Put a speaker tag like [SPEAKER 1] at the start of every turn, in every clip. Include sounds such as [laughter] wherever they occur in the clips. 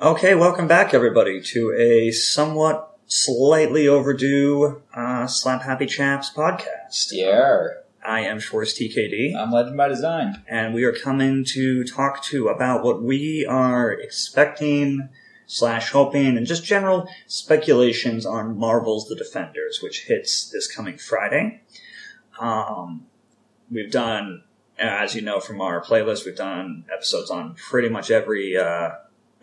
[SPEAKER 1] Okay, welcome back, everybody, to a somewhat slightly overdue uh, Slap Happy Chaps podcast.
[SPEAKER 2] Yeah,
[SPEAKER 1] I am Schwartz TKD,
[SPEAKER 2] I'm Legend by Design.
[SPEAKER 1] and we are coming to talk to about what we are expecting slash hoping and just general speculations on Marvel's The Defenders, which hits this coming Friday. Um, we've done, as you know from our playlist, we've done episodes on pretty much every uh,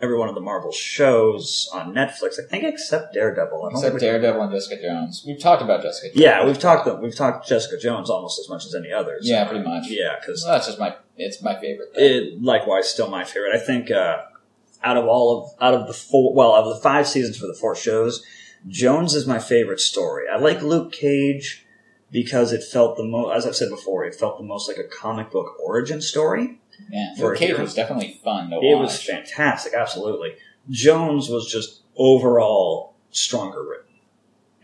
[SPEAKER 1] every one of the Marvel shows on Netflix. I think except Daredevil. I don't think
[SPEAKER 2] Except
[SPEAKER 1] we-
[SPEAKER 2] Daredevil and Jessica Jones. We've talked about Jessica. Jones.
[SPEAKER 1] yeah, we've talked we've talked Jessica Jones almost as much as any others.
[SPEAKER 2] Yeah, pretty much.
[SPEAKER 1] Yeah, because
[SPEAKER 2] Well, that's just my. It's my favorite. Though.
[SPEAKER 1] it likewise still my favorite. I think uh, out of all of out of the four well out of the five seasons for the four shows, Jones is my favorite story. I like Luke Cage because it felt the most as I've said before, it felt the most like a comic book origin story.
[SPEAKER 2] Man,
[SPEAKER 1] for
[SPEAKER 2] Luke Cage
[SPEAKER 1] him.
[SPEAKER 2] was definitely fun to
[SPEAKER 1] It
[SPEAKER 2] watch.
[SPEAKER 1] was fantastic, absolutely. Jones was just overall stronger written.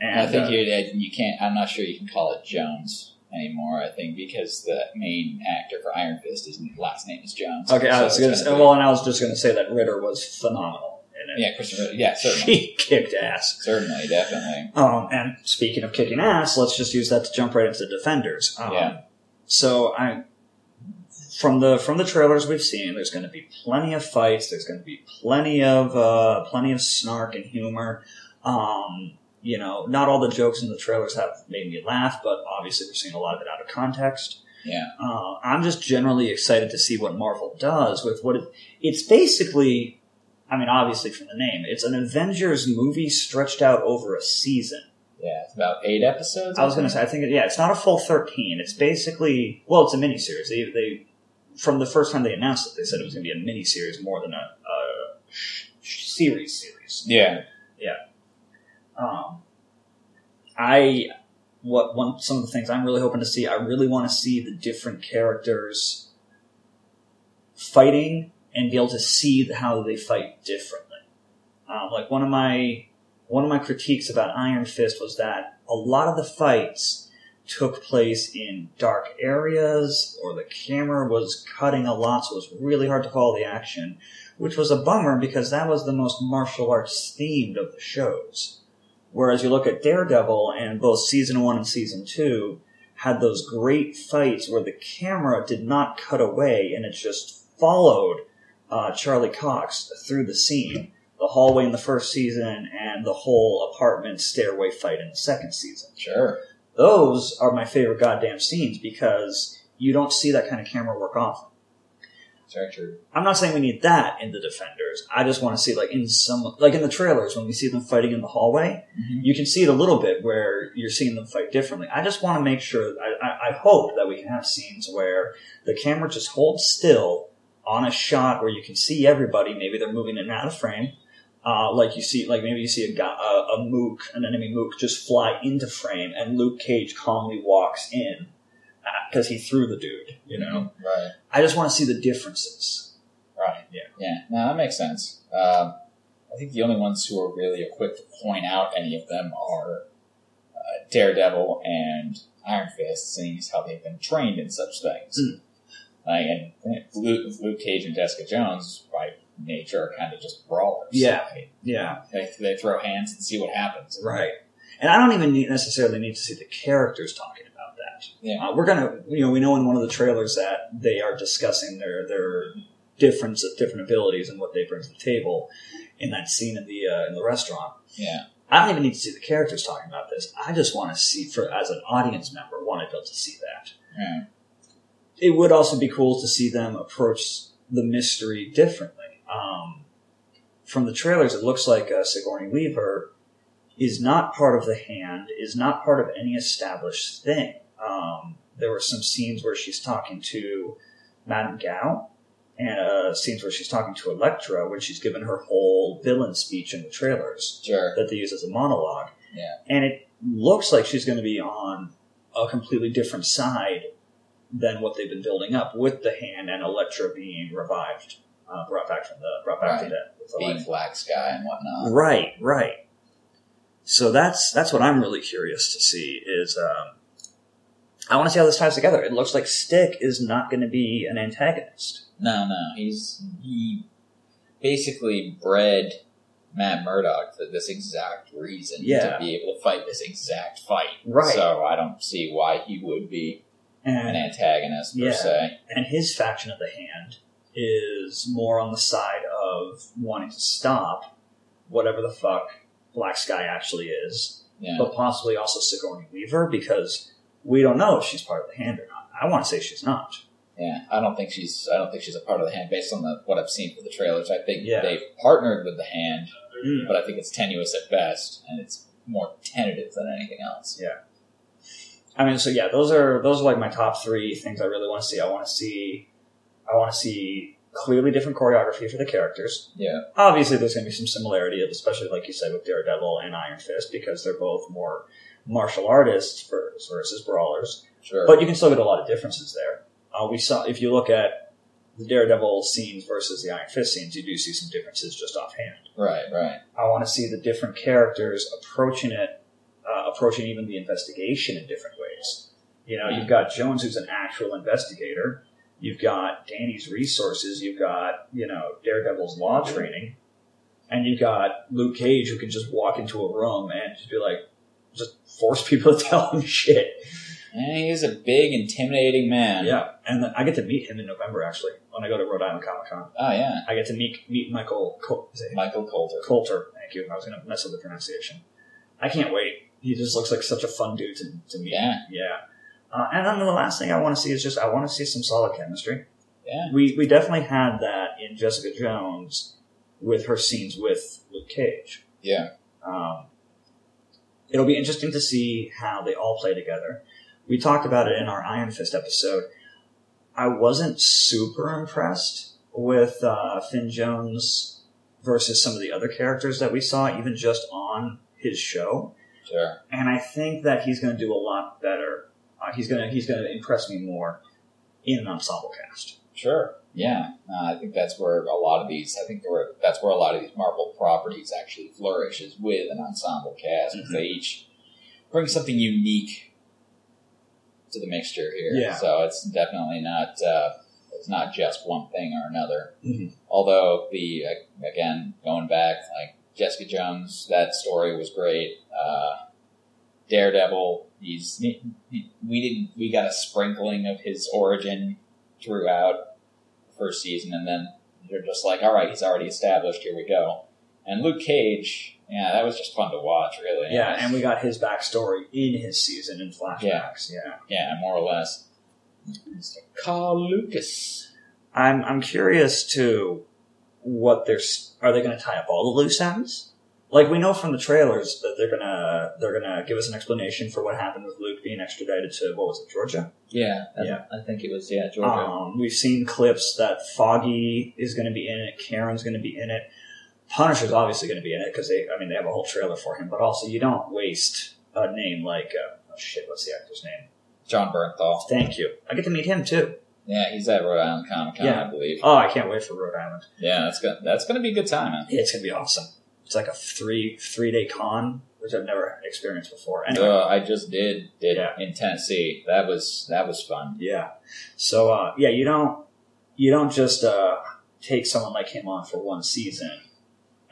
[SPEAKER 2] And I think
[SPEAKER 1] uh,
[SPEAKER 2] you you can't. I'm not sure you can call it Jones anymore. I think because the main actor for Iron Fist, his last name is Jones.
[SPEAKER 1] Okay, I
[SPEAKER 2] So
[SPEAKER 1] was
[SPEAKER 2] it's
[SPEAKER 1] gonna
[SPEAKER 2] gonna
[SPEAKER 1] say,
[SPEAKER 2] be-
[SPEAKER 1] well, and I was just gonna say that Ritter was phenomenal in [laughs] it.
[SPEAKER 2] yeah, Christopher. Yeah, certainly,
[SPEAKER 1] [laughs] she kicked ass.
[SPEAKER 2] certainly, definitely.
[SPEAKER 1] Um, and speaking of kicking ass, let's just use that to jump right into defenders. Um,
[SPEAKER 2] Yeah.
[SPEAKER 1] So I, from the from the trailers we've seen, there's going to be plenty of fights. There's going to be plenty of uh, plenty of snark and humor. Um, you know, not all the jokes in the trailers have made me laugh, but obviously we're seeing a lot of it out of context.
[SPEAKER 2] Yeah.
[SPEAKER 1] Uh, I'm just generally excited to see what Marvel does with what it, it's basically. I mean, obviously from the name, it's an Avengers movie stretched out over a season.
[SPEAKER 2] Yeah, it's about eight episodes.
[SPEAKER 1] I was going to say, I think, yeah, it's not a full 13. It's basically, well, it's a miniseries. They, they, from the first time they announced it, they said it was going to be a miniseries more than a, a sh- sh- series series.
[SPEAKER 2] Yeah,
[SPEAKER 1] Um, I, what, one, some of the things I'm really hoping to see, I really want to see the different characters fighting and be able to see how they fight differently. Um, like one of my one of my critiques about Iron Fist was that a lot of the fights took place in dark areas, or the camera was cutting a lot, so it was really hard to follow the action, which was a bummer because that was the most martial arts themed of the shows. Whereas you look at Daredevil and both season one and season two had those great fights where the camera did not cut away and it just followed uh, Charlie Cox through the scene the hallway in the first season and the whole apartment stairway fight in the second season.
[SPEAKER 2] sure.
[SPEAKER 1] Those are my favorite goddamn scenes because you don't see that kind of camera work often.
[SPEAKER 2] It's very true.
[SPEAKER 1] I'm not saying we need that in the Defenders. I just want to see like in some like in the trailers when we see them fighting in the hallway,
[SPEAKER 2] Mhm.
[SPEAKER 1] you can see it a little bit where you're seeing them fight differently. I just want to make sure. I, I, I hope that we can have scenes where the camera just holds still on a shot where you can see everybody. Maybe they're moving in and out of frame. Uh, like you see, like maybe you see a, guy, a, a mook, an enemy mook, just fly into frame, and Luke Cage calmly walks in because he threw the dude. You know,
[SPEAKER 2] Right.
[SPEAKER 1] I just want to see the differences.
[SPEAKER 2] Right.
[SPEAKER 1] Yeah.
[SPEAKER 2] Yeah. No, that makes sense. Um, I think the only ones who are really equipped to point out any of them are uh, Daredevil and Iron Fist, seeing as how they've been trained in such things.
[SPEAKER 1] Mm.
[SPEAKER 2] Like, and Luke, Luke Cage and Jessica Jones, by nature, are kind of just brawlers.
[SPEAKER 1] Yeah.
[SPEAKER 2] Like,
[SPEAKER 1] Yeah.
[SPEAKER 2] They, they throw hands and see what happens.
[SPEAKER 1] Right. And I don't even need, necessarily need to see the characters talking about that.
[SPEAKER 2] Yeah.
[SPEAKER 1] Uh, we're gonna, you know, we know in one of the trailers that they are discussing their their difference different abilities and what they bring to the table in that scene in the uh, in the restaurant.
[SPEAKER 2] Yeah.
[SPEAKER 1] I don't even need to see the characters talking about this. I just want to see, for as an audience member, want to be able to see that.
[SPEAKER 2] Yeah.
[SPEAKER 1] It would also be cool to see them approach the mystery differently. Um, from the trailers, it looks like uh, Sigourney Weaver is not part of the hand, is not part of any established thing. Um, there were some scenes where she's talking to Madame Gao, and uh, scenes where she's talking to Elektra when she's given her whole villain speech in the trailers
[SPEAKER 2] Sure.
[SPEAKER 1] that they use as a monologue.
[SPEAKER 2] Yeah.
[SPEAKER 1] And it looks like she's going to be on a completely different side than what they've been building up with the hand and Electra being revived, uh, brought back from the brought back to
[SPEAKER 2] Right.
[SPEAKER 1] death. with the
[SPEAKER 2] Being Black Sky and
[SPEAKER 1] light.
[SPEAKER 2] whatnot.
[SPEAKER 1] Right, right. So that's that's what I'm really curious to see is um, I want to see how this ties together. It looks like Stick is not going to be an antagonist.
[SPEAKER 2] No, no. He's he basically bred Matt Murdock for this exact reason
[SPEAKER 1] Yeah.
[SPEAKER 2] to be able to fight this exact fight.
[SPEAKER 1] Right.
[SPEAKER 2] So I don't see why he would be an
[SPEAKER 1] And
[SPEAKER 2] antagonist per
[SPEAKER 1] Yeah.
[SPEAKER 2] se.
[SPEAKER 1] and his faction of the hand is more on the side of wanting to stop whatever the fuck Black Sky actually is,
[SPEAKER 2] Yeah.
[SPEAKER 1] but possibly also Sigourney Weaver because we don't know if she's part of the hand or not. I want to say she's not.
[SPEAKER 2] Yeah, I don't think she's. I don't think she's a part of the hand based on the, what I've seen for the trailers. I think
[SPEAKER 1] Yeah.
[SPEAKER 2] they've partnered with the hand,
[SPEAKER 1] Mm.
[SPEAKER 2] but I think it's tenuous at best, and it's more tentative than anything else.
[SPEAKER 1] I mean, so yeah, those are those are like my top three things I really want to see. I want to see, I want to see clearly different choreography for the characters.
[SPEAKER 2] Yeah.
[SPEAKER 1] Obviously, there's going to be some similarity, especially like you said with Daredevil and Iron Fist, because they're both more martial artists vers- versus brawlers.
[SPEAKER 2] Sure.
[SPEAKER 1] But you can still get a lot of differences there. Uh, we saw if you look at the Daredevil scenes versus the Iron Fist scenes, you do see some differences just offhand.
[SPEAKER 2] right. Right.
[SPEAKER 1] I want to see the different characters approaching it, uh, approaching even the investigation in different ways. You know, you've got Jones, who's an actual investigator. You've got Danny's resources. You've got, you know, Daredevil's law training. And you've got Luke Cage, who can just walk into a room and just be like, just force [laughs] people to tell him shit.
[SPEAKER 2] And he's a big, intimidating man.
[SPEAKER 1] Yeah. And then I get to meet him in November, actually, when I go to Rhode Island Comic Con.
[SPEAKER 2] Oh yeah.
[SPEAKER 1] I get to meet, meet Michael Cole. Is it
[SPEAKER 2] Michael Coulter.
[SPEAKER 1] Coulter. Thank you. I was going to mess up the pronunciation. I can't wait. He just looks like such a fun dude to, to meet.
[SPEAKER 2] Yeah.
[SPEAKER 1] Yeah. Uh, and then the last thing I want to see is just I want to see some solid chemistry.
[SPEAKER 2] Yeah.
[SPEAKER 1] We we definitely had that in Jessica Jones with her scenes with Luke Cage.
[SPEAKER 2] Yeah.
[SPEAKER 1] Um, it'll be interesting to see how they all play together. We talked about it in our Iron Fist episode. I wasn't super impressed with uh, Finn Jones versus some of the other characters that we saw, even just on his show
[SPEAKER 2] Sure.
[SPEAKER 1] and I think that he's going to do a lot better. Uh, he's going to he's going to impress me more in an ensemble cast.
[SPEAKER 2] Sure. Yeah. Uh, I think that's where a lot of these. I think there were, that's where a lot of these Marvel properties actually flourish is with an ensemble cast because
[SPEAKER 1] Mhm.
[SPEAKER 2] they each bring something unique to the mixture here.
[SPEAKER 1] Yeah.
[SPEAKER 2] So it's definitely not. Uh, it's not just one thing or another.
[SPEAKER 1] Mhm.
[SPEAKER 2] Although the uh, again going back like Jessica Jones, that story was great. Uh, Daredevil, he's we didn't we got a sprinkling of his origin throughout the first season, and then they're just like, all right, he's already established. Here we go. And Luke Cage, yeah, that was just fun to watch, really.
[SPEAKER 1] Yeah, and we got his backstory in his season in flashbacks. Yeah,
[SPEAKER 2] yeah, more or less. Mr. Carl Lucas.
[SPEAKER 1] I'm I'm curious too what they're s- are they going to tie up all the loose ends? Like we know from the trailers that they're gonna they're gonna give us an explanation for what happened with Luke being extradited to what was it Georgia?
[SPEAKER 2] Yeah,
[SPEAKER 1] I- Yeah.
[SPEAKER 2] I think it was yeah
[SPEAKER 1] Um, we've seen clips that Foggy is going to be in it, Karen's going to be in it, Punisher's obviously going to be in it because they, I mean, they have a whole trailer for him. But also, you don't waste a name like, uh, oh shit, what's the actor's name?
[SPEAKER 2] John Bernthal.
[SPEAKER 1] Thank you. I get to meet him too.
[SPEAKER 2] Yeah, he's at Rhode Island Comic Con,
[SPEAKER 1] Yeah.
[SPEAKER 2] I believe.
[SPEAKER 1] Oh, I can't wait for Rhode Island.
[SPEAKER 2] Yeah, that's gonna that's gonna be a good time. Man.
[SPEAKER 1] It's going to be awesome. It's like a three three day con, which I've never experienced before. Anyway,
[SPEAKER 2] Uh, I just did did
[SPEAKER 1] Yeah.
[SPEAKER 2] in Tennessee. That was that was fun.
[SPEAKER 1] Yeah. So uh, yeah, you don't you don't just uh, take someone like him on for one season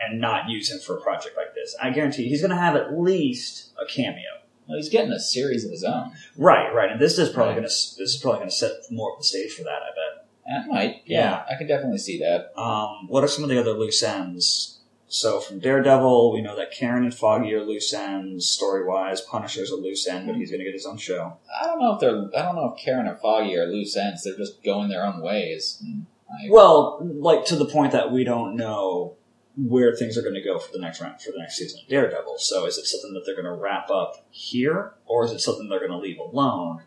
[SPEAKER 1] and not use him for a project like this. I guarantee you, he's going to have at least a cameo.
[SPEAKER 2] Well, he's getting a series of his own.
[SPEAKER 1] Right, right. And this is probably
[SPEAKER 2] Right.
[SPEAKER 1] going to this is probably going to set more of the stage for that. I bet.
[SPEAKER 2] That might,
[SPEAKER 1] Yeah.
[SPEAKER 2] yeah, I could definitely see that.
[SPEAKER 1] Um, what are some of the other loose ends? So from Daredevil, we know that Karen and Foggy are loose ends story wise. Punisher's a loose end, but he's going to get his own show.
[SPEAKER 2] I don't know if they're. I don't know if Karen and Foggy are loose ends. They're just going their own ways. And, like,
[SPEAKER 1] Well, like to the point that we don't know where things are going to go for the next round for the next season of Daredevil. So is it something that they're going to wrap up here, or is it something they're going to leave alone?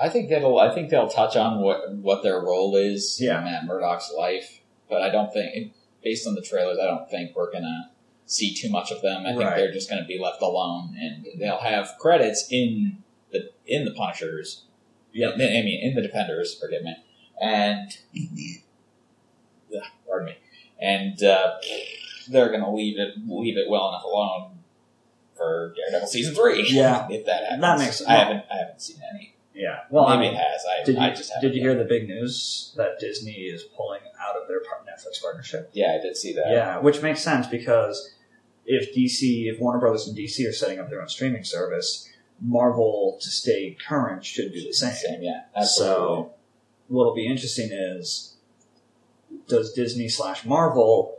[SPEAKER 2] I think that'll. I think they'll touch on what what their role is
[SPEAKER 1] Yeah.
[SPEAKER 2] in Matt Murdock's life, but I don't think, based on the trailers, I don't think we're gonna see too much of them. I think
[SPEAKER 1] Right.
[SPEAKER 2] they're just gonna be left alone, and they'll have credits in the in the Punishers. Yeah, I mean in the Defenders. Forgive me,
[SPEAKER 1] [laughs]
[SPEAKER 2] and Ugh, pardon me, and uh, they're gonna leave it leave it well enough alone for Daredevil season three.
[SPEAKER 1] Yeah.
[SPEAKER 2] [laughs] if that happens,
[SPEAKER 1] That makes-
[SPEAKER 2] I haven't I haven't seen any.
[SPEAKER 1] Yeah. Well, I
[SPEAKER 2] Maybe
[SPEAKER 1] mean,
[SPEAKER 2] it has. I,
[SPEAKER 1] did you,
[SPEAKER 2] I just haven't
[SPEAKER 1] did you hear the big news that Disney is pulling out of their part- Netflix partnership?
[SPEAKER 2] Yeah, I did see that.
[SPEAKER 1] Yeah, which makes sense because if DC, if Warner Brothers and DC are setting up their own streaming service, Marvel to stay current should do the same.
[SPEAKER 2] Same, yeah.
[SPEAKER 1] So, what'll be interesting is does Disney slash Marvel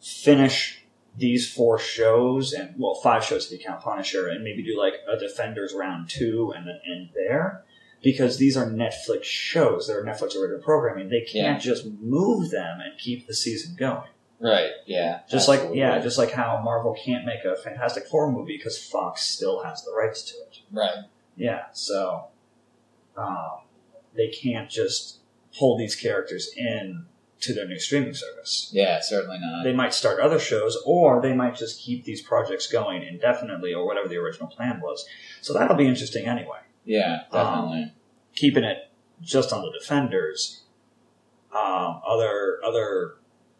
[SPEAKER 1] finish these four shows and well five shows if you count Punisher and maybe do like a Defenders round two and then end there because these are Netflix shows they're Netflix original programming they can't just move them and keep the season going
[SPEAKER 2] Right, yeah.
[SPEAKER 1] just like
[SPEAKER 2] absolutely.
[SPEAKER 1] yeah just like how Marvel can't make a Fantastic Four movie because Fox still has the rights to it
[SPEAKER 2] Right.
[SPEAKER 1] yeah, so um, they can't just pull these characters in to their new streaming service.
[SPEAKER 2] Yeah, certainly not.
[SPEAKER 1] They might start other shows, or they might just keep these projects going indefinitely, or whatever the original plan was. So that'll be interesting anyway.
[SPEAKER 2] yeah,
[SPEAKER 1] Um,
[SPEAKER 2] definitely.
[SPEAKER 1] Keeping it just on the defenders, um, other other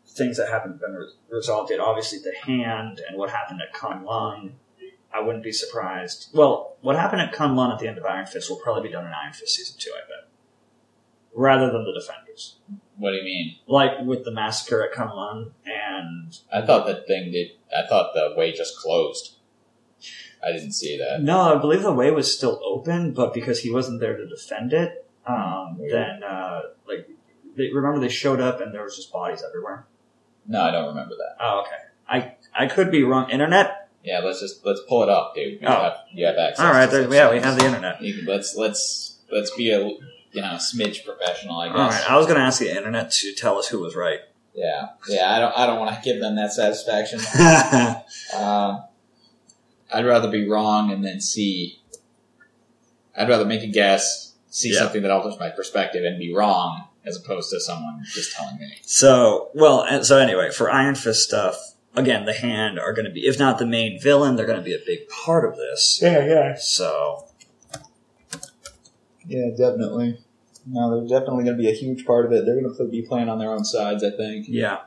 [SPEAKER 1] things that haven't been re- resolved yet. Obviously, the hand and what happened at Kun Lun. I wouldn't be surprised. Well, what happened at Kun Lun at the end of Iron Fist will probably be done in Iron Fist season two, I bet, rather than the Defenders.
[SPEAKER 2] what do you mean?
[SPEAKER 1] Like with the massacre at Kun Lun, and
[SPEAKER 2] I thought that thing did. I thought the way just closed. I didn't see that.
[SPEAKER 1] no, I believe the way was still open, but because he wasn't there to defend it, um,
[SPEAKER 2] Weird.
[SPEAKER 1] then uh, like they, remember they showed up and there was just bodies everywhere.
[SPEAKER 2] No, I don't remember that.
[SPEAKER 1] Oh, okay. I I could be wrong. Internet.
[SPEAKER 2] Yeah, let's just let's pull it up, dude. You,
[SPEAKER 1] Oh.
[SPEAKER 2] have, you have access.
[SPEAKER 1] All right.
[SPEAKER 2] to
[SPEAKER 1] There,
[SPEAKER 2] such
[SPEAKER 1] yeah, we
[SPEAKER 2] things.
[SPEAKER 1] have the internet.
[SPEAKER 2] You can, let's let's let's be a you know smidge professional, I
[SPEAKER 1] All
[SPEAKER 2] guess.
[SPEAKER 1] right. I was going to ask the internet to tell us who was right. [laughs]
[SPEAKER 2] Yeah, yeah. I don't I don't want to give them that satisfaction. Uh, I'd rather be wrong and then see. I'd rather make a guess, see
[SPEAKER 1] Yeah.
[SPEAKER 2] something that alters my perspective, and be wrong as opposed to someone just telling me.
[SPEAKER 1] So, well, and so anyway, for Iron Fist stuff, again, the Hand are going to be, if not the main villain, they're going to be a big part of this.
[SPEAKER 2] Yeah, yeah.
[SPEAKER 1] So,
[SPEAKER 2] Yeah, definitely. No, they're definitely going to be a huge part of it. They're going to be playing on their own sides, I think.
[SPEAKER 1] yeah,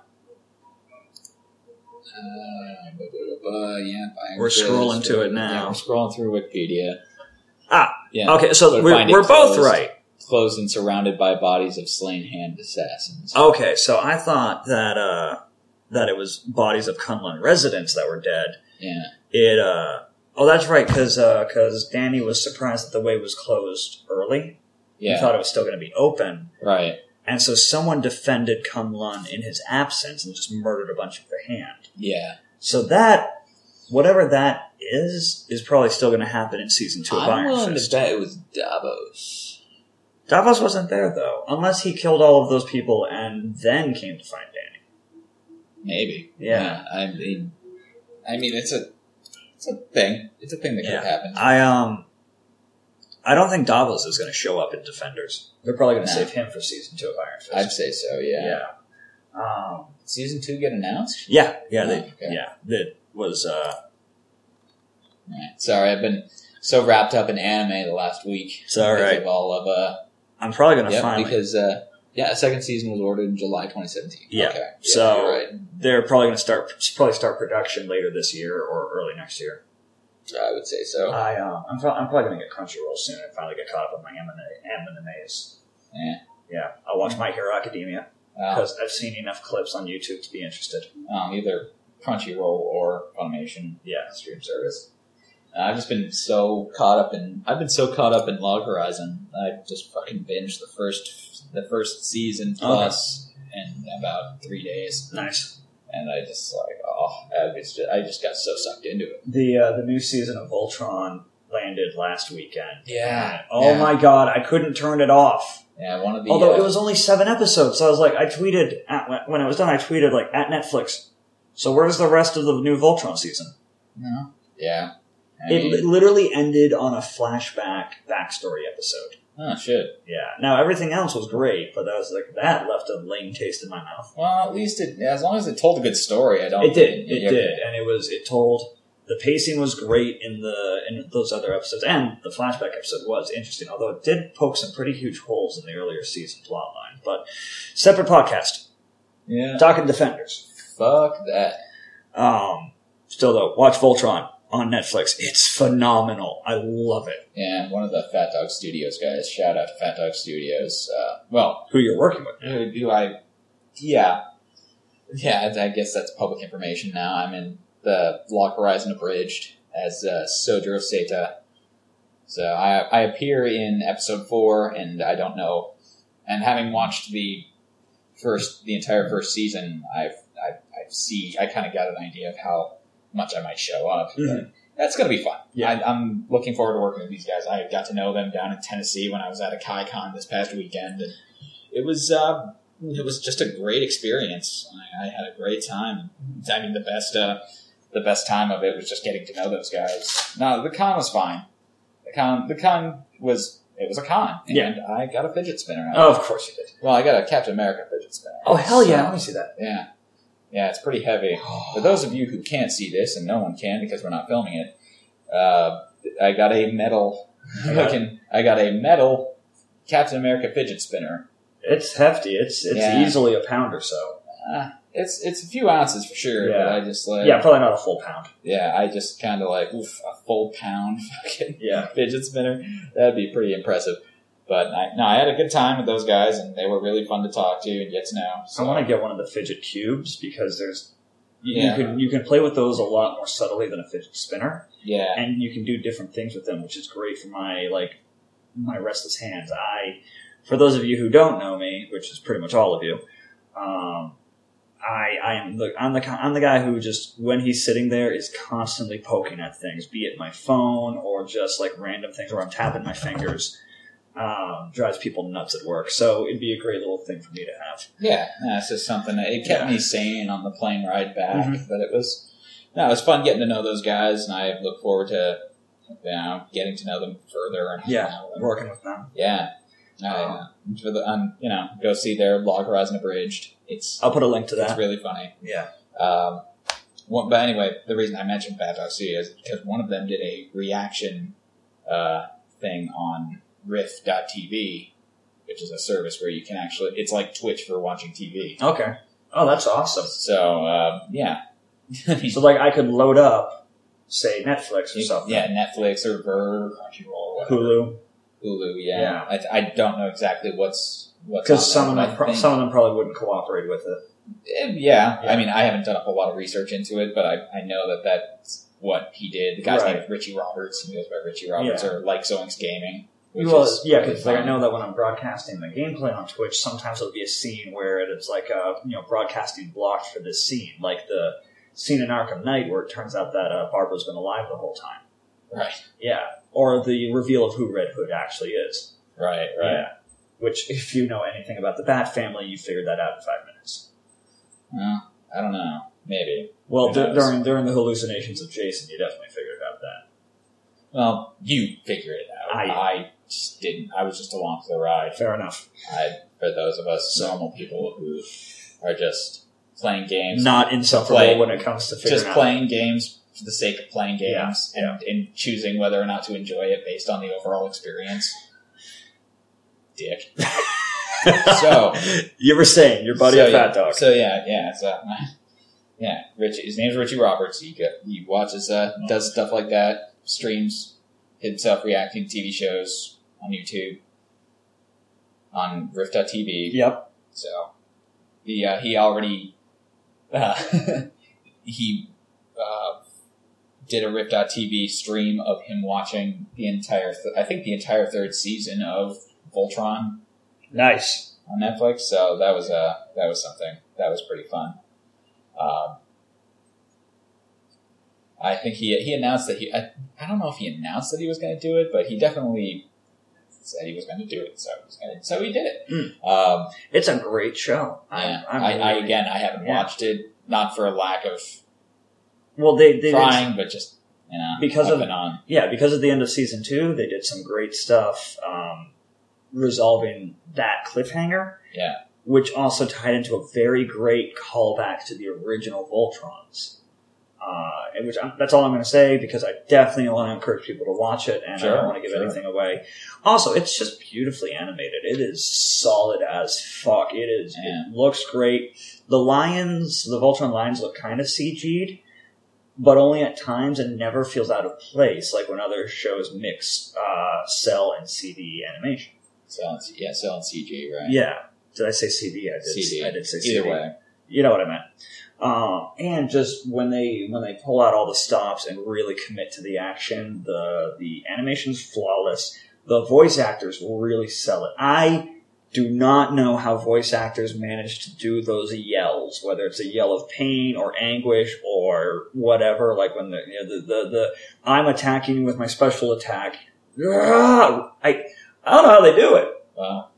[SPEAKER 2] Uh, blah, blah, blah, blah, yeah, Iron
[SPEAKER 1] We're
[SPEAKER 2] Fist.
[SPEAKER 1] scrolling to it
[SPEAKER 2] Yeah,
[SPEAKER 1] now.
[SPEAKER 2] we're scrolling through Wikipedia.
[SPEAKER 1] Ah,
[SPEAKER 2] yeah.
[SPEAKER 1] Okay,
[SPEAKER 2] But
[SPEAKER 1] so we're,
[SPEAKER 2] find it
[SPEAKER 1] we're both
[SPEAKER 2] closed.
[SPEAKER 1] right.
[SPEAKER 2] Closed and surrounded by bodies of slain hand assassins.
[SPEAKER 1] Okay, so I thought that, uh, that it was bodies of Kunlun residents that were dead.
[SPEAKER 2] Yeah,
[SPEAKER 1] It, uh, oh, that's right, because, because Danny was surprised that the way was closed early. He
[SPEAKER 2] yeah,
[SPEAKER 1] thought it was still going to be open.
[SPEAKER 2] right.
[SPEAKER 1] And so someone defended Kun Lun in his absence and just murdered a bunch of the hand.
[SPEAKER 2] Yeah,
[SPEAKER 1] So that, whatever that is, is probably still going to happen in season two of
[SPEAKER 2] I'm
[SPEAKER 1] Iron
[SPEAKER 2] willing
[SPEAKER 1] Fist.
[SPEAKER 2] to bet it was Davos.
[SPEAKER 1] Davos wasn't there though, unless he killed all of those people and then came to find Danny.
[SPEAKER 2] Maybe.
[SPEAKER 1] Yeah.
[SPEAKER 2] I mean, I mean, it's a, it's a thing. It's a thing that
[SPEAKER 1] Yeah.
[SPEAKER 2] could happen.
[SPEAKER 1] I um, I don't think Davos is going to show up in Defenders. They're probably going to
[SPEAKER 2] No.
[SPEAKER 1] save him for season two of Iron Fist.
[SPEAKER 2] I'd say so. Yeah.
[SPEAKER 1] yeah. Um,
[SPEAKER 2] Season two get announced?
[SPEAKER 1] yeah, yeah, they,
[SPEAKER 2] Oh, okay.
[SPEAKER 1] yeah. That was uh,
[SPEAKER 2] Alright. Sorry, I've been so wrapped up in anime the last week.
[SPEAKER 1] it's all
[SPEAKER 2] Because
[SPEAKER 1] right.
[SPEAKER 2] of all of uh,
[SPEAKER 1] I'm probably going to
[SPEAKER 2] yep,
[SPEAKER 1] finally.
[SPEAKER 2] because uh, yeah, a second season was ordered in July 2017.
[SPEAKER 1] Yeah.
[SPEAKER 2] Okay.
[SPEAKER 1] So-
[SPEAKER 2] you're right.
[SPEAKER 1] they're probably going to start probably start production later this year or early next year.
[SPEAKER 2] I would say so.
[SPEAKER 1] I uh, I'm, pro- I'm probably going to get Crunchyroll soon and finally get caught up on my anime animes.
[SPEAKER 2] Yeah.
[SPEAKER 1] Yeah, I'll watch My Hero Academia
[SPEAKER 2] Uh,
[SPEAKER 1] because I've seen enough clips on YouTube to be interested.
[SPEAKER 2] um, either Crunchyroll or Funimation.
[SPEAKER 1] Yeah,
[SPEAKER 2] stream service. And I've just been so caught up in I've been so caught up in Log Horizon. I just fucking binged the first the first season plus in about three days,
[SPEAKER 1] nice.
[SPEAKER 2] and I just like oh, I just I just got so sucked into it.
[SPEAKER 1] The uh, the new season of Voltron landed last weekend.
[SPEAKER 2] Yeah.
[SPEAKER 1] Oh
[SPEAKER 2] Yeah.
[SPEAKER 1] my god, I couldn't turn it off.
[SPEAKER 2] Yeah, one of the
[SPEAKER 1] Although
[SPEAKER 2] uh,
[SPEAKER 1] it was only seven episodes, so I was like, I tweeted at, when it was done. I tweeted like at Netflix. So where's the rest of the new Voltron season?
[SPEAKER 2] no. uh, yeah. I
[SPEAKER 1] It li-
[SPEAKER 2] mean,
[SPEAKER 1] literally ended on a flashback backstory episode.
[SPEAKER 2] oh shit.
[SPEAKER 1] Yeah. Now everything else was great, but that was like that left a lame taste in my mouth.
[SPEAKER 2] Well, at least it as long as it told a good story, I don't.
[SPEAKER 1] It did. It
[SPEAKER 2] yeah,
[SPEAKER 1] did, and it was. It told the pacing was great in the in those other episodes, and the flashback episode was interesting, although it did poke some pretty huge holes in the earlier season plotline. But separate podcast,
[SPEAKER 2] Yeah.
[SPEAKER 1] Doc and Defenders.
[SPEAKER 2] Fuck that.
[SPEAKER 1] Um, still though, watch Voltron. on Netflix. It's phenomenal. I love it.
[SPEAKER 2] And one of the Fat Dog Studios guys, shout out to Fat Dog Studios. Uh, well,
[SPEAKER 1] Who you're working with?
[SPEAKER 2] who do I? Yeah, yeah. I guess that's public information now. I'm in the Lock Horizon abridged as uh, Sodro Seta. So I, I appear in episode four, and I don't know. And having watched the first, the entire first season, I've I, I see I kind of got an idea of how much I might show up. but
[SPEAKER 1] Mhm.
[SPEAKER 2] That's gonna be fun.
[SPEAKER 1] Yeah.
[SPEAKER 2] I, I'm looking forward to working with these guys. I got to know them down in Tennessee when I was at a KaiCon this past weekend, and it was uh, it was just a great experience. I, I had a great time. I mean, the best uh, the best time of it was just getting to know those guys. No, the con was fine. The con the con was it was a con, and
[SPEAKER 1] Yeah.
[SPEAKER 2] I got a fidget spinner. out
[SPEAKER 1] Oh,
[SPEAKER 2] of
[SPEAKER 1] of
[SPEAKER 2] it.
[SPEAKER 1] course you did.
[SPEAKER 2] Well, I got a Captain America fidget spinner.
[SPEAKER 1] Oh hell yeah! Let
[SPEAKER 2] So,
[SPEAKER 1] me see that.
[SPEAKER 2] yeah, yeah, it's pretty heavy. For those of you who can't see this, and no one can because we're not filming it, uh, I got a metal. [laughs] I, can, I got a metal Captain America fidget spinner.
[SPEAKER 1] It's hefty. It's it's
[SPEAKER 2] Yeah.
[SPEAKER 1] easily a pound or so.
[SPEAKER 2] It's it's a few ounces for sure, but
[SPEAKER 1] Yeah.
[SPEAKER 2] I just like
[SPEAKER 1] Yeah, probably not a full pound.
[SPEAKER 2] yeah, I just kind of like oof, a full pound [laughs] fucking
[SPEAKER 1] Yeah.
[SPEAKER 2] fidget spinner. That'd be pretty impressive. But I, no, I had a good time with those guys, and they were really fun to talk to and get to know. So
[SPEAKER 1] I want to get one of the fidget cubes because there's you-
[SPEAKER 2] Yeah.
[SPEAKER 1] you can you can play with those a lot more subtly than a fidget spinner.
[SPEAKER 2] yeah,
[SPEAKER 1] and you can do different things with them, which is great for my like my restless hands. I, for those of you who don't know me, which is pretty much all of you, um, I I am the I'm the ki- I'm the guy who just when he's sitting there is constantly poking at things, be it my phone or just like random things where I'm tapping my fingers. Um, drives people nuts at work, so it'd be a great little thing for me to have.
[SPEAKER 2] Yeah, that's just something that it kept
[SPEAKER 1] Yeah.
[SPEAKER 2] me sane on the plane ride back.
[SPEAKER 1] Mhm.
[SPEAKER 2] But it was no, it was fun getting to know those guys, and I look forward to you know getting to know them further and hanging
[SPEAKER 1] Yeah.
[SPEAKER 2] out with them.
[SPEAKER 1] Working with them,
[SPEAKER 2] yeah. I, uh, for the um, you know go see their Log Horizon abridged. It's
[SPEAKER 1] I'll put a link to
[SPEAKER 2] it's
[SPEAKER 1] that.
[SPEAKER 2] really funny.
[SPEAKER 1] Yeah.
[SPEAKER 2] Um, one, but anyway, the reason I mentioned Bad Dog Studio is because one of them did a reaction uh, thing on Riff.tv, which is a service where you can actually it's like Twitch for watching TV.
[SPEAKER 1] Okay. Oh, that's awesome.
[SPEAKER 2] So uh,
[SPEAKER 1] [laughs]
[SPEAKER 2] yeah, [laughs]
[SPEAKER 1] So like I could load up, say Netflix or something.
[SPEAKER 2] yeah, Netflix or Verve, Crunchyroll, whatever.
[SPEAKER 1] Hulu.
[SPEAKER 2] Hulu. Yeah,
[SPEAKER 1] Yeah.
[SPEAKER 2] I, th- I don't know exactly what's what's
[SPEAKER 1] Because
[SPEAKER 2] on
[SPEAKER 1] some of
[SPEAKER 2] there,
[SPEAKER 1] them,
[SPEAKER 2] but I
[SPEAKER 1] pro-
[SPEAKER 2] think-
[SPEAKER 1] some of them probably wouldn't cooperate with it.
[SPEAKER 2] Eh, yeah.
[SPEAKER 1] Yeah.
[SPEAKER 2] I mean, I haven't done a whole lot of research into it, but I, I know that that's what he did. The guy's
[SPEAKER 1] Right.
[SPEAKER 2] name is Richie Roberts. He goes by Richie Roberts
[SPEAKER 1] Yeah.
[SPEAKER 2] or Like Zoinks Gaming. Which
[SPEAKER 1] Well,
[SPEAKER 2] is
[SPEAKER 1] yeah, because like
[SPEAKER 2] really
[SPEAKER 1] I
[SPEAKER 2] fun.
[SPEAKER 1] know that when I'm broadcasting the gameplay on Twitch, sometimes there'll be a scene where it's like uh, you know broadcasting blocked for this scene, like the scene in Arkham Knight where it turns out that uh, Barbara's been alive the whole time.
[SPEAKER 2] Right.
[SPEAKER 1] Yeah, or the reveal of who Red Hood actually is.
[SPEAKER 2] Right, right.
[SPEAKER 1] Yeah. Which, if you know anything about the Bat family, you figured that out in five minutes.
[SPEAKER 2] Well, I don't know. Maybe.
[SPEAKER 1] Well,
[SPEAKER 2] Who
[SPEAKER 1] dur-
[SPEAKER 2] knows?
[SPEAKER 1] during during the hallucinations of Jason, you definitely figured out that.
[SPEAKER 2] Well, you figure it out.
[SPEAKER 1] I-
[SPEAKER 2] I just didn't. I was just along for the ride.
[SPEAKER 1] Fair enough.
[SPEAKER 2] I, for those of us normal people who are just playing games,
[SPEAKER 1] Not insufferable
[SPEAKER 2] Play-
[SPEAKER 1] when it comes to figuring
[SPEAKER 2] just
[SPEAKER 1] out
[SPEAKER 2] playing games for the sake of playing
[SPEAKER 1] Yeah,
[SPEAKER 2] games and, and choosing whether or not to enjoy it based on the overall experience. Dick.
[SPEAKER 1] [laughs]
[SPEAKER 2] So-
[SPEAKER 1] you were saying your buddy
[SPEAKER 2] so,
[SPEAKER 1] at Fat
[SPEAKER 2] yeah,
[SPEAKER 1] Dog.
[SPEAKER 2] So yeah, yeah, so [laughs] yeah. Richie, his name's Richie Roberts. He go, he watches, uh,
[SPEAKER 1] Mm-hmm.
[SPEAKER 2] does stuff like that, streams himself reacting to TV shows on YouTube, on Rift.tv.
[SPEAKER 1] Yep.
[SPEAKER 2] So he uh, he already uh, [laughs] he uh, did a Rip.tv stream of him watching the entire th- I think the entire third season of Voltron
[SPEAKER 1] Nice.
[SPEAKER 2] on Netflix. So that was uh that was something that was pretty fun. Um, I think he he announced that he I, I don't know if he announced that he was going to do it, but he definitely said he was going to do it. So he was gonna, so he did it. Um,
[SPEAKER 1] It's a great show.
[SPEAKER 2] yeah.
[SPEAKER 1] I'm, I'm
[SPEAKER 2] I, I
[SPEAKER 1] really-
[SPEAKER 2] again, I haven't
[SPEAKER 1] yeah.
[SPEAKER 2] watched it, not for a lack of
[SPEAKER 1] well, they, they did-
[SPEAKER 2] trying, but just you know,
[SPEAKER 1] Because
[SPEAKER 2] up
[SPEAKER 1] of-
[SPEAKER 2] and on.
[SPEAKER 1] yeah, because of the end of season two, they did some great stuff um, resolving that cliffhanger.
[SPEAKER 2] Yeah.
[SPEAKER 1] Which also tied into a very great callback to the original Voltrons. Uh, and which I'm, that's all I'm going to say because I definitely want to encourage people to watch it, and I
[SPEAKER 2] Sure,
[SPEAKER 1] don't want to give
[SPEAKER 2] sure.
[SPEAKER 1] anything away. Also, it's just beautifully animated. It is solid as fuck. It is.
[SPEAKER 2] Yeah.
[SPEAKER 1] It looks great. The lions, the Voltron lions, look kind of CG'd, but only at times and never feels out of place, like when other shows mix uh, cell and CD animation.
[SPEAKER 2] Cell and, C- yeah, Cell and CG, right?
[SPEAKER 1] Yeah. Did I say CD? I did.
[SPEAKER 2] CD.
[SPEAKER 1] I did say CD.
[SPEAKER 2] Either way,
[SPEAKER 1] You know what I meant. Um, and just when they when they pull out all the stops and really commit to the action, the the animation's flawless. The voice actors really sell it. I do not know how voice actors manage to do those yells, whether it's a yell of pain or anguish or whatever. Like when the you know, the, the the I'm attacking with my special attack. I I don't know how they do it.
[SPEAKER 2] well,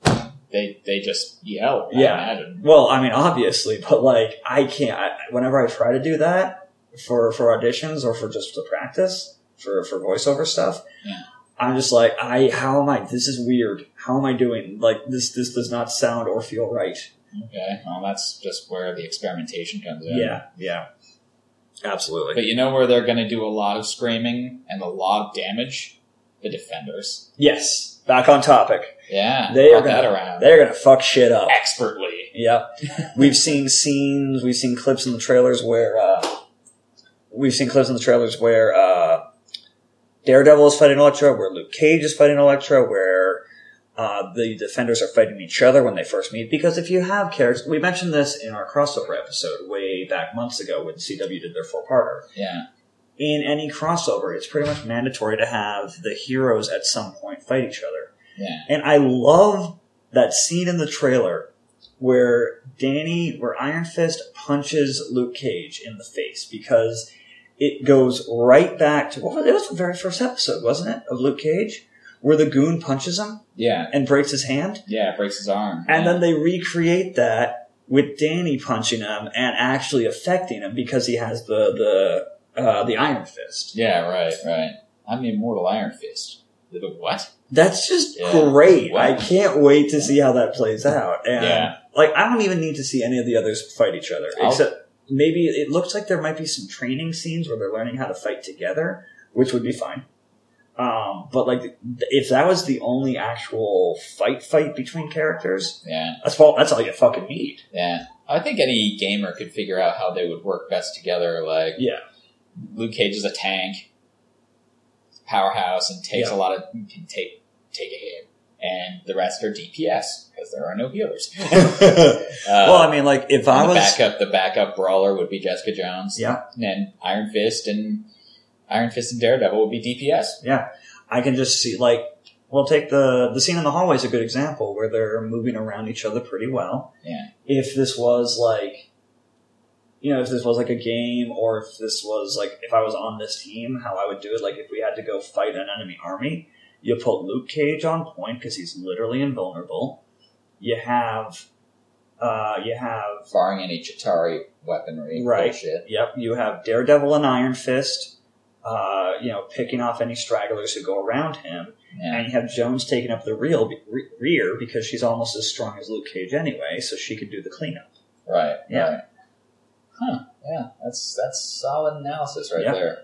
[SPEAKER 2] they they just yell.
[SPEAKER 1] Yeah.
[SPEAKER 2] I imagine.
[SPEAKER 1] Well, I mean, obviously, [laughs] but like I can't. I, whenever I try to do that for for auditions or for just to practice for for voiceover stuff,
[SPEAKER 2] Yeah.
[SPEAKER 1] I'm just like, I how am I? This is weird. How am I doing? Like this this does not sound or feel right.
[SPEAKER 2] Okay, well, that's just where the experimentation comes in.
[SPEAKER 1] Yeah, yeah, absolutely.
[SPEAKER 2] But you know where they're going to do a lot of screaming and a lot of damage? The defenders.
[SPEAKER 1] Yes, back on topic.
[SPEAKER 2] Yeah,
[SPEAKER 1] They are
[SPEAKER 2] brought that
[SPEAKER 1] gonna-
[SPEAKER 2] around
[SPEAKER 1] They're gonna fuck shit up.
[SPEAKER 2] expertly.
[SPEAKER 1] Yep. We've seen scenes, we've seen clips in the trailers where, uh, we've seen clips in the trailers where, uh, Daredevil is fighting Elektra, where Luke Cage is fighting Elektra, where, uh, the defenders are fighting each other when they first meet. Because if you have characters, we mentioned this in our crossover episode way back months ago when CW did their four-parter.
[SPEAKER 2] Yeah,
[SPEAKER 1] In any crossover, it's pretty much mandatory to have the heroes at some point fight each other.
[SPEAKER 2] yeah,
[SPEAKER 1] And I love that scene in the trailer where Danny, where Iron Fist punches Luke Cage in the face because it goes right back to what was, it was the very first episode, wasn't it, of Luke Cage, where the goon punches him
[SPEAKER 2] yeah,
[SPEAKER 1] and breaks his hand,
[SPEAKER 2] yeah. It breaks his arm,
[SPEAKER 1] and then they recreate that with Danny punching him and actually affecting him because he has the the uh, the Iron Fist.
[SPEAKER 2] yeah, right, right. I'm the immortal Iron Fist. The what?
[SPEAKER 1] That's just
[SPEAKER 2] Yeah.
[SPEAKER 1] great.
[SPEAKER 2] Wow.
[SPEAKER 1] I can't wait to see how that plays out. And
[SPEAKER 2] Yeah.
[SPEAKER 1] like I don't even need to see any of the others fight each other.
[SPEAKER 2] I'll-
[SPEAKER 1] except maybe it looks like there might be some training scenes where they're learning how to fight together, which would be fine. Um, but like if that was the only actual fight fight between characters,
[SPEAKER 2] Yeah,
[SPEAKER 1] that's all that's all you fucking need. [laughs]
[SPEAKER 2] yeah. I think any gamer could figure out how they would work best together. Like,
[SPEAKER 1] Yeah.
[SPEAKER 2] Luke Cage is a tank, powerhouse, and takes
[SPEAKER 1] Yeah.
[SPEAKER 2] a lot of can take take a hit, and the rest are DPS because there are no healers.
[SPEAKER 1] well,
[SPEAKER 2] Uh,
[SPEAKER 1] I mean like if I
[SPEAKER 2] And the
[SPEAKER 1] was
[SPEAKER 2] backup, the backup brawler would be Jessica Jones.
[SPEAKER 1] Yeah.
[SPEAKER 2] And then Iron Fist and Iron Fist and Daredevil would be DPS.
[SPEAKER 1] I can just see like well take the the scene in the hallway is a good example where they're moving around each other pretty well.
[SPEAKER 2] Yeah.
[SPEAKER 1] If this was like you know, if this was like a game or if this was like if I was on this team, how I would do it, like if we had to go fight an enemy army, you put Luke Cage on point because he's literally invulnerable. You have uh you have
[SPEAKER 2] Barring any Chitari weaponry
[SPEAKER 1] Right.
[SPEAKER 2] bullshit.
[SPEAKER 1] Yep, you have Daredevil and Iron Fist, uh, you know, picking off any stragglers who go around him,
[SPEAKER 2] Yeah.
[SPEAKER 1] and you have Jones taking up the real re- rear because she's almost as strong as Luke Cage anyway, so she could do the cleanup.
[SPEAKER 2] Right.
[SPEAKER 1] Yeah.
[SPEAKER 2] Right. Huh. Yeah. That's that's solid analysis right
[SPEAKER 1] Yeah.
[SPEAKER 2] there.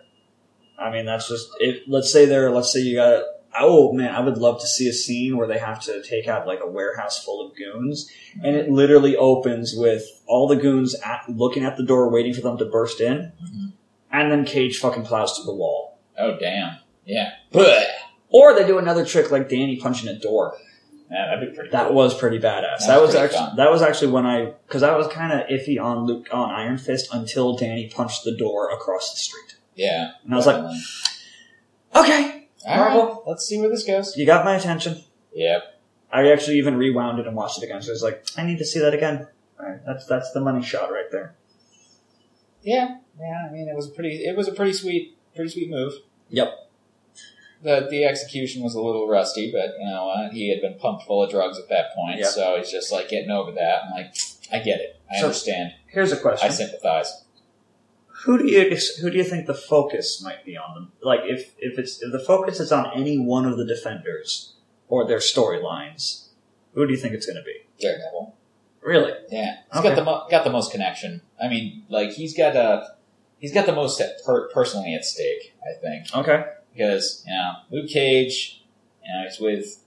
[SPEAKER 1] I mean, that's just if let's say there, let's say you got. Oh man, I would love to see a scene where they have to take out like a warehouse full of goons, and it literally opens with all the goons at, looking at the door, waiting for them to burst in,
[SPEAKER 2] Mhm.
[SPEAKER 1] and then Cage fucking plows through the wall.
[SPEAKER 2] Oh damn. Yeah. But
[SPEAKER 1] Or they do another trick like Danny punching a door.
[SPEAKER 2] that'd be pretty.
[SPEAKER 1] That
[SPEAKER 2] cool.
[SPEAKER 1] was pretty badass.
[SPEAKER 2] That
[SPEAKER 1] That
[SPEAKER 2] was
[SPEAKER 1] was,
[SPEAKER 2] pretty
[SPEAKER 1] actually
[SPEAKER 2] fun.
[SPEAKER 1] that was actually when I because I was kind of iffy on Luke on Iron Fist until Danny punched the door across the street,
[SPEAKER 2] Yeah.
[SPEAKER 1] and I was like,
[SPEAKER 2] definitely.
[SPEAKER 1] okay,
[SPEAKER 2] All right,
[SPEAKER 1] Marvel.
[SPEAKER 2] Let's see where this goes.
[SPEAKER 1] you got my attention.
[SPEAKER 2] Yep.
[SPEAKER 1] I actually even rewound it and watched it again. So I was like, I need to see that again. All right, that's that's the money shot right there.
[SPEAKER 2] Yeah. Yeah. I mean, it was a pretty. It was a pretty sweet. Pretty sweet move.
[SPEAKER 1] Yep.
[SPEAKER 2] the the execution was a little rusty, but you know uh, he had been pumped full of drugs at that point,
[SPEAKER 1] Yeah.
[SPEAKER 2] so he's just like getting over that. I'm like, I get it, I
[SPEAKER 1] So-
[SPEAKER 2] understand,
[SPEAKER 1] Here's a question:
[SPEAKER 2] I sympathize.
[SPEAKER 1] Who do you who do you think the focus might be on them? Like if if it's if the focus is on any one of the defenders or their storylines, who do you think it's going to be?
[SPEAKER 2] Daredevil,
[SPEAKER 1] Really?
[SPEAKER 2] yeah, he's got
[SPEAKER 1] Okay.
[SPEAKER 2] the mo- got the most connection. I mean, like he's got a he's got the most at per- personally at stake, I think,
[SPEAKER 1] Okay.
[SPEAKER 2] because you know Luke Cage, you know he's with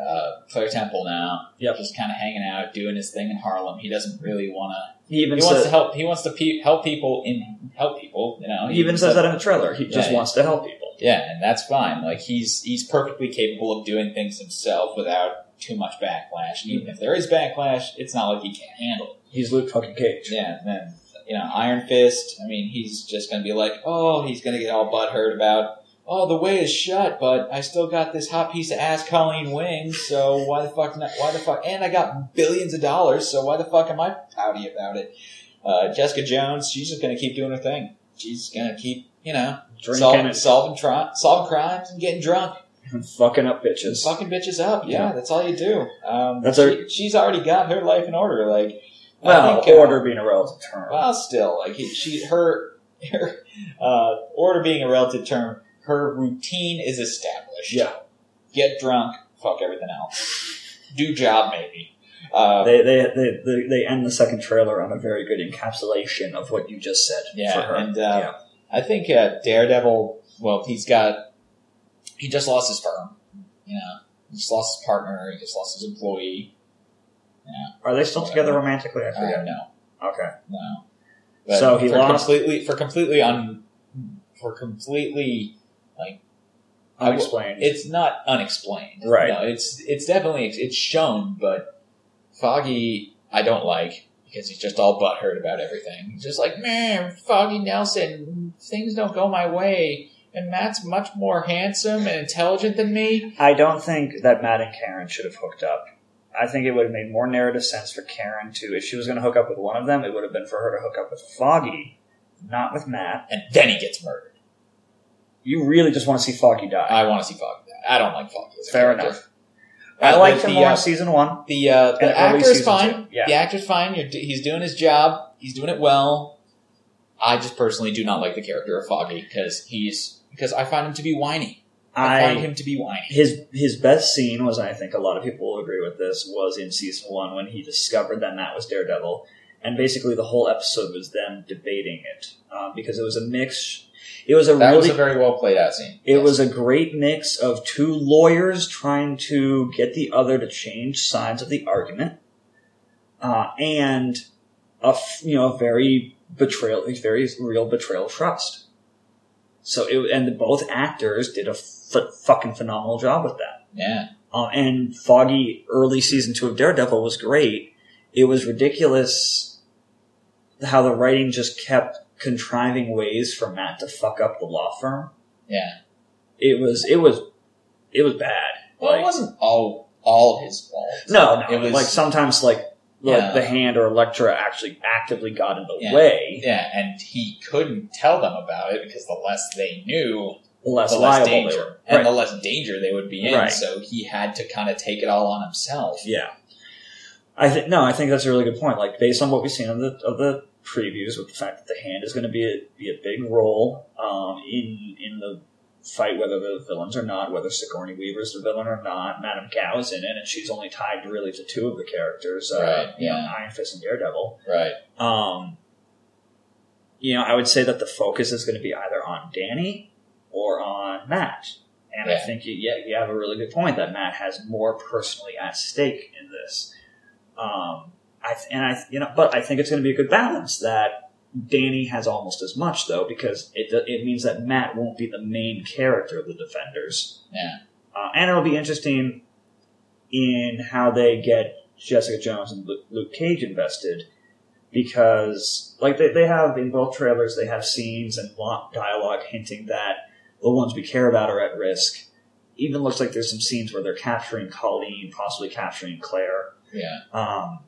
[SPEAKER 2] uh, Claire Temple now,
[SPEAKER 1] Yep.
[SPEAKER 2] just kind of hanging out, doing his thing in Harlem. He doesn't really want to
[SPEAKER 1] He even
[SPEAKER 2] he wants
[SPEAKER 1] said-
[SPEAKER 2] to help. He wants to pe- help people in help people. You know,
[SPEAKER 1] He even says that in the trailer. He just
[SPEAKER 2] Yeah, yeah.
[SPEAKER 1] wants to help people.
[SPEAKER 2] Yeah, and that's fine. Like he's he's perfectly capable of doing things himself without too much
[SPEAKER 1] Mm-hmm.
[SPEAKER 2] backlash. And even if there is backlash, it's not like he can't handle it.
[SPEAKER 1] He's Luke fucking Cage.
[SPEAKER 2] Yeah, and then you know, Iron Fist. I mean, he's just gonna be like, oh, he's gonna get all butthurt about. Oh, the way is shut, but I still got this hot piece of ass Colleen Wing. So why the fuck? Not, why the fuck? And I got billions of dollars. So why the fuck am I pouty about it? Uh, Jessica Jones, she's just gonna keep doing her thing. She's gonna keep, you know,
[SPEAKER 1] Drinking
[SPEAKER 2] Solving,
[SPEAKER 1] and
[SPEAKER 2] solving, tri- solving crimes and getting drunk.
[SPEAKER 1] fucking up
[SPEAKER 2] And
[SPEAKER 1] bitches.
[SPEAKER 2] fucking bitches up. Yeah,
[SPEAKER 1] Yeah.
[SPEAKER 2] that's all you do. Um,
[SPEAKER 1] That's
[SPEAKER 2] she,
[SPEAKER 1] our-
[SPEAKER 2] she's already got her life in order. Like, I
[SPEAKER 1] Well,
[SPEAKER 2] think, uh,
[SPEAKER 1] order being a relative term.
[SPEAKER 2] well, still, like he, she, her, her uh, order being a relative term, her routine is established.
[SPEAKER 1] yeah,
[SPEAKER 2] Get drunk, fuck everything else. do job maybe. Uh,
[SPEAKER 1] they, they they they they end the second trailer on a very good encapsulation of what you just said.
[SPEAKER 2] Yeah,
[SPEAKER 1] for her.
[SPEAKER 2] and, uh,
[SPEAKER 1] yeah,
[SPEAKER 2] I think uh, Daredevil. Well, he's got he just lost his firm. You know, he just lost his partner. He just lost his employee.
[SPEAKER 1] are they still together romantically? I
[SPEAKER 2] I
[SPEAKER 1] forget.
[SPEAKER 2] don't know.
[SPEAKER 1] okay,
[SPEAKER 2] No.
[SPEAKER 1] So he
[SPEAKER 2] for
[SPEAKER 1] lost-
[SPEAKER 2] completely for completely un for completely I w-
[SPEAKER 1] unexplained.
[SPEAKER 2] it's not unexplained.
[SPEAKER 1] Right.
[SPEAKER 2] No, it's it's definitely it's shown, but Foggy I don't like because he's just all butthurt about everything. He's just like, man, Foggy Nelson, things don't go my way. And Matt's much more handsome and intelligent than me.
[SPEAKER 1] I don't think that Matt and Karen should have hooked up. I think it would have made more narrative sense for Karen to, if she was going to hook up with one of them, it would have been for her to hook up with Foggy, not with Matt.
[SPEAKER 2] And then he gets murdered.
[SPEAKER 1] You really just want to see Foggy die.
[SPEAKER 2] I want to see Foggy. die. I don't like Foggy. as a
[SPEAKER 1] Fair
[SPEAKER 2] character.
[SPEAKER 1] enough. I liked
[SPEAKER 2] the,
[SPEAKER 1] him more
[SPEAKER 2] uh,
[SPEAKER 1] in season one.
[SPEAKER 2] The uh,
[SPEAKER 1] and early
[SPEAKER 2] the actor is
[SPEAKER 1] season
[SPEAKER 2] fine.
[SPEAKER 1] two. Yeah.
[SPEAKER 2] The actor's fine. You're, he's doing his job. He's doing it well. I just personally do not like the character of Foggy because he's because I find him to be whiny. I,
[SPEAKER 1] I
[SPEAKER 2] find him to be whiny.
[SPEAKER 1] his his best scene was, and I think a lot of people will agree with this, was in season one when he discovered that Matt was Daredevil, and basically the whole episode was them debating it um, because it was a mix. It was a
[SPEAKER 2] That was
[SPEAKER 1] really
[SPEAKER 2] a very well played out scene.
[SPEAKER 1] It was a great mix of two lawyers trying to get the other to change sides of the argument, uh, and a f- you know a very betrayal, a very real betrayal of trust. So it, and both actors did a f- fucking phenomenal job with that.
[SPEAKER 2] yeah.
[SPEAKER 1] Uh, and Foggy early season two of Daredevil was great. It was ridiculous how the writing just kept contriving ways for Matt to fuck up the law firm
[SPEAKER 2] Yeah.
[SPEAKER 1] it was it was it was bad.
[SPEAKER 2] Well, it
[SPEAKER 1] Like
[SPEAKER 2] wasn't all all his fault.
[SPEAKER 1] no, no.
[SPEAKER 2] it was-
[SPEAKER 1] like sometimes like
[SPEAKER 2] Yeah.
[SPEAKER 1] like the hand or Electra actually actively got in the
[SPEAKER 2] Yeah.
[SPEAKER 1] way.
[SPEAKER 2] Yeah, and he couldn't tell them about it because the less they knew,
[SPEAKER 1] The less
[SPEAKER 2] the less
[SPEAKER 1] liable they
[SPEAKER 2] danger,
[SPEAKER 1] were.
[SPEAKER 2] and
[SPEAKER 1] Right.
[SPEAKER 2] the less danger they would be in.
[SPEAKER 1] Right.
[SPEAKER 2] So he had to kind of take it all on himself.
[SPEAKER 1] yeah, I think no. I think that's a really good point. Like based on what we've seen of the of the previews, with the fact that the hand is going to be a, be a big role um, in in the fight, whether they're the villains or not, whether Sigourney Weaver's the villain or not. Madame Gao is in it, and she's only tied really to two of the characters, uh,
[SPEAKER 2] Right,
[SPEAKER 1] you know,
[SPEAKER 2] yeah.
[SPEAKER 1] Iron Fist and Daredevil.
[SPEAKER 2] Right.
[SPEAKER 1] Um, you know, I would say that the focus is going to be either on Danny or on Matt. And I
[SPEAKER 2] Yeah.
[SPEAKER 1] think you, yeah, you have a really good point that Matt has more personally at stake in this. Um, I th- and I you know, but I think it's going to be a good balance that Danny has almost as much though because it it means that Matt won't be the main character of the Defenders.
[SPEAKER 2] Yeah.
[SPEAKER 1] Uh, and it'll be interesting in how they get Jessica Jones and Lu- Luke Cage invested because like they, they have in both trailers they have scenes and lo- dialogue hinting that the ones we care about are at risk even looks like there's some scenes where they're capturing colleen possibly capturing claire
[SPEAKER 2] Yeah.
[SPEAKER 1] um,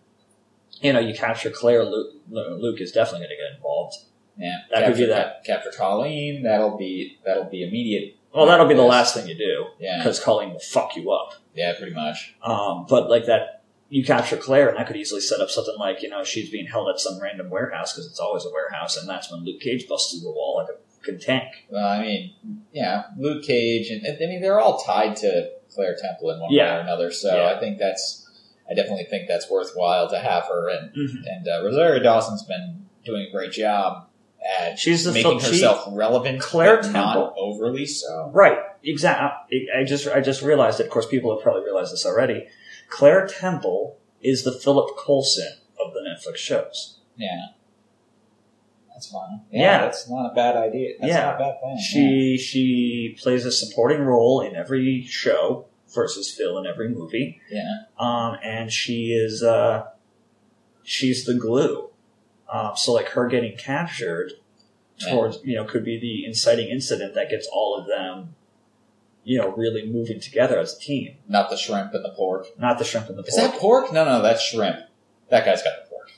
[SPEAKER 1] you know you capture claire luke, luke is definitely going to get involved
[SPEAKER 2] Yeah,
[SPEAKER 1] That could be
[SPEAKER 2] Capture- Capture Colleen. That'll be that'll be immediate.
[SPEAKER 1] well that'll be the
[SPEAKER 2] Yes.
[SPEAKER 1] last thing you do
[SPEAKER 2] Yeah,
[SPEAKER 1] because colleen will fuck you up
[SPEAKER 2] yeah, pretty much.
[SPEAKER 1] um, but like that you capture claire and that could easily set up something like you know she's being held at some random warehouse because it's always a warehouse and that's when luke cage busts through the wall like a fucking tank
[SPEAKER 2] Well, I mean, yeah, Luke Cage, and I mean they're all tied to Claire Temple in one way
[SPEAKER 1] Yeah.
[SPEAKER 2] or another. So
[SPEAKER 1] Yeah.
[SPEAKER 2] I think that's I definitely think that's worthwhile to have her. And
[SPEAKER 1] Mhm.
[SPEAKER 2] and uh, Rosario Dawson's been doing a great job at
[SPEAKER 1] She's the
[SPEAKER 2] making
[SPEAKER 1] she-
[SPEAKER 2] herself relevant,
[SPEAKER 1] Claire
[SPEAKER 2] but not
[SPEAKER 1] Temple.
[SPEAKER 2] overly so.
[SPEAKER 1] right. Exactly. I just I just realized it. Of course, people have probably realized this already. Claire Temple is the Philip Coulson of the Netflix shows.
[SPEAKER 2] Yeah, That's fine.
[SPEAKER 1] Yeah.
[SPEAKER 2] that's not a bad idea. That's
[SPEAKER 1] Yeah.
[SPEAKER 2] not a bad thing. yeah.
[SPEAKER 1] She she plays a supporting role in every show versus Phil in every movie.
[SPEAKER 2] Yeah.
[SPEAKER 1] Um, and she is uh, she's the glue. Um, so like her getting captured
[SPEAKER 2] Yeah.
[SPEAKER 1] towards you know could be the inciting incident that gets all of them you know really moving together as a team.
[SPEAKER 2] not the shrimp and the pork.
[SPEAKER 1] Not the shrimp and the
[SPEAKER 2] Is
[SPEAKER 1] pork.
[SPEAKER 2] that pork? No, no, that's shrimp. That guy's got the pork.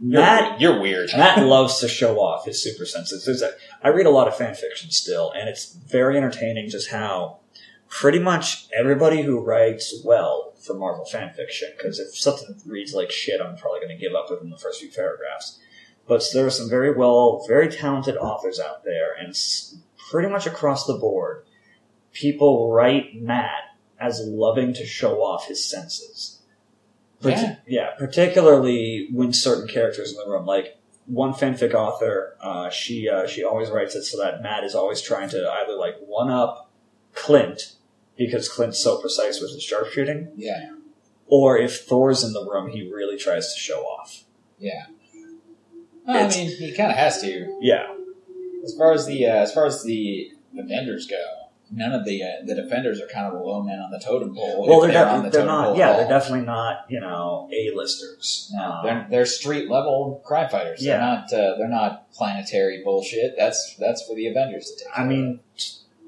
[SPEAKER 2] You're, [laughs]
[SPEAKER 1] Matt
[SPEAKER 2] you're weird.
[SPEAKER 1] Matt loves to show off his super senses. There's a, I read a lot of fan fiction still, and it's very entertaining just how pretty much everybody who writes well for Marvel fan fiction, because if something reads like shit, I'm probably going to give up within the first few paragraphs. But there are some very well, very talented authors out there, and s- pretty much across the board, people write Matt as loving to show off his senses. Parti-
[SPEAKER 2] Yeah.
[SPEAKER 1] yeah, particularly when certain characters in the room, like one fanfic author, uh, she uh, she always writes it so that Matt is always trying to either like one up Clint because Clint's so precise with his sharpshooting,
[SPEAKER 2] yeah,
[SPEAKER 1] or if Thor's in the room, he really tries to show off.
[SPEAKER 2] yeah. I
[SPEAKER 1] It's-
[SPEAKER 2] mean, he kind of has to.
[SPEAKER 1] Yeah,
[SPEAKER 2] As far as the uh, as far as the the vendors go, none of the uh, the defenders are kind of the low men on the totem pole.
[SPEAKER 1] well,
[SPEAKER 2] if
[SPEAKER 1] they're,
[SPEAKER 2] they're
[SPEAKER 1] def-
[SPEAKER 2] on the
[SPEAKER 1] they're
[SPEAKER 2] totem pole
[SPEAKER 1] not.
[SPEAKER 2] at
[SPEAKER 1] Yeah,
[SPEAKER 2] all.
[SPEAKER 1] they're definitely not. You know, A-listers.
[SPEAKER 2] No,
[SPEAKER 1] Um,
[SPEAKER 2] they're, they're street level crime fighters. They're
[SPEAKER 1] Yeah.
[SPEAKER 2] not uh, they're not planetary bullshit. That's that's for the Avengers to take.
[SPEAKER 1] I mean,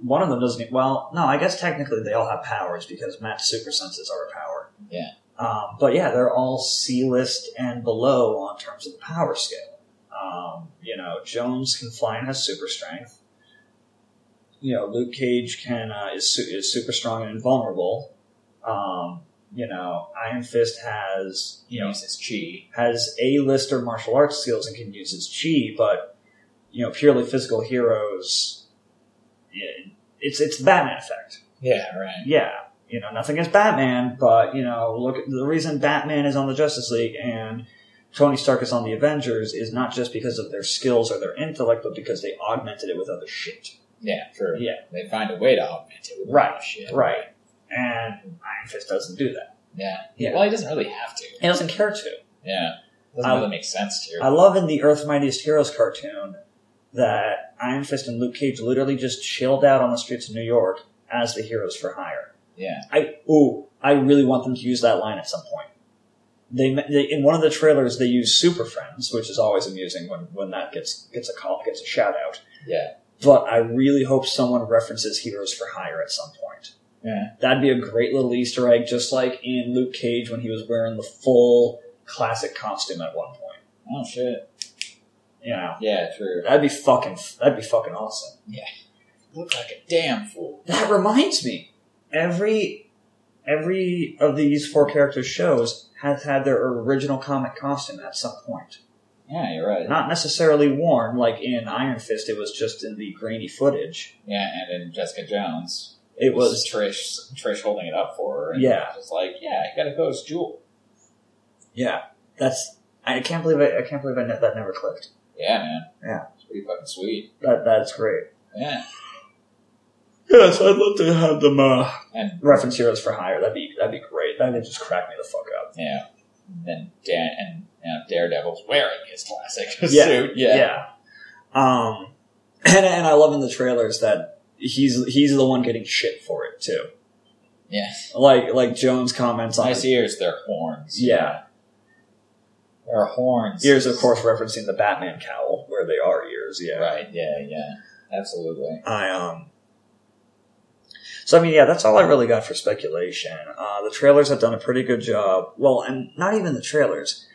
[SPEAKER 1] one of them doesn't. e, Well, no, I guess technically they all have powers because Matt's super senses are a power.
[SPEAKER 2] Yeah.
[SPEAKER 1] Um, but yeah, they're all C list and below on terms of the power scale. Um, you know, Jones can fly and has super strength. You know, Luke Cage can uh, is su- is super strong and invulnerable. Um, you know, Iron Fist has you know
[SPEAKER 2] uses chi.
[SPEAKER 1] has a lister martial arts skills and can use his chi, but you know, purely physical heroes, yeah, it's it's the Batman effect.
[SPEAKER 2] Yeah, right.
[SPEAKER 1] Yeah, you know, nothing is Batman, but you know, look, the reason Batman is on the Justice League and Tony Stark is on the Avengers is not just because of their skills or their intellect, but because they augmented it with other shit.
[SPEAKER 2] Yeah, true.
[SPEAKER 1] Yeah.
[SPEAKER 2] they find a way to augment it. With
[SPEAKER 1] Right,
[SPEAKER 2] Shit.
[SPEAKER 1] Right. And Iron Fist doesn't do that.
[SPEAKER 2] Yeah.
[SPEAKER 1] Yeah.
[SPEAKER 2] Well, he doesn't really have to.
[SPEAKER 1] He doesn't care to.
[SPEAKER 2] Yeah. Doesn't
[SPEAKER 1] Um,
[SPEAKER 2] really make sense to.
[SPEAKER 1] I love in the Earth Mightiest Heroes cartoon that Iron Fist and Luke Cage literally just chilled out on the streets of New York as the heroes for hire.
[SPEAKER 2] yeah.
[SPEAKER 1] I ooh, I really want them to use that line at some point. They, they in one of the trailers they use Super Friends, which is always amusing when, when that gets gets a call gets a shout out.
[SPEAKER 2] Yeah.
[SPEAKER 1] But I really hope someone references Heroes for Hire at some point.
[SPEAKER 2] Yeah.
[SPEAKER 1] That'd be a great little Easter egg, just like in Luke Cage when he was wearing the full classic costume at one point.
[SPEAKER 2] Oh shit.
[SPEAKER 1] You know.
[SPEAKER 2] Yeah, true.
[SPEAKER 1] That'd be fucking. That'd be fucking awesome.
[SPEAKER 2] Look like a damn fool.
[SPEAKER 1] That reminds me, every every of these four characters shows has had their original comic costume at some point.
[SPEAKER 2] Yeah, you're right.
[SPEAKER 1] Not necessarily worn, like in Iron Fist, it was just in the grainy footage.
[SPEAKER 2] Yeah, and then Jessica Jones.
[SPEAKER 1] It was
[SPEAKER 2] Trish. Trish holding it up for her. And
[SPEAKER 1] Yeah.
[SPEAKER 2] Just like, yeah, you gotta go as Jewel.
[SPEAKER 1] yeah. That's I can't believe I, I can't believe I ne- that never clicked.
[SPEAKER 2] Yeah, man.
[SPEAKER 1] Yeah.
[SPEAKER 2] It's pretty fucking sweet.
[SPEAKER 1] That that's great.
[SPEAKER 2] Yeah.
[SPEAKER 1] Yes, I'd love to have them uh,
[SPEAKER 2] And
[SPEAKER 1] reference heroes for hire. That'd be that'd be great. That would just crack me the fuck up.
[SPEAKER 2] yeah. And then Dan and you know, Daredevil's wearing his classic [laughs]
[SPEAKER 1] Yeah.
[SPEAKER 2] suit. Yeah.
[SPEAKER 1] Yeah. Um, and, and I love in the trailers that he's he's the one getting shit for it too.
[SPEAKER 2] Yeah.
[SPEAKER 1] Like like Jones comments on
[SPEAKER 2] Nice ears, they're horns.
[SPEAKER 1] Yeah.
[SPEAKER 2] They're horns.
[SPEAKER 1] ears, of course, referencing the Batman cowl where they are ears. Yeah.
[SPEAKER 2] Right, yeah, yeah. Absolutely.
[SPEAKER 1] I um. So I mean, yeah, that's all I really got for speculation. Uh, the trailers have done a pretty good job. Well, and not even the trailers.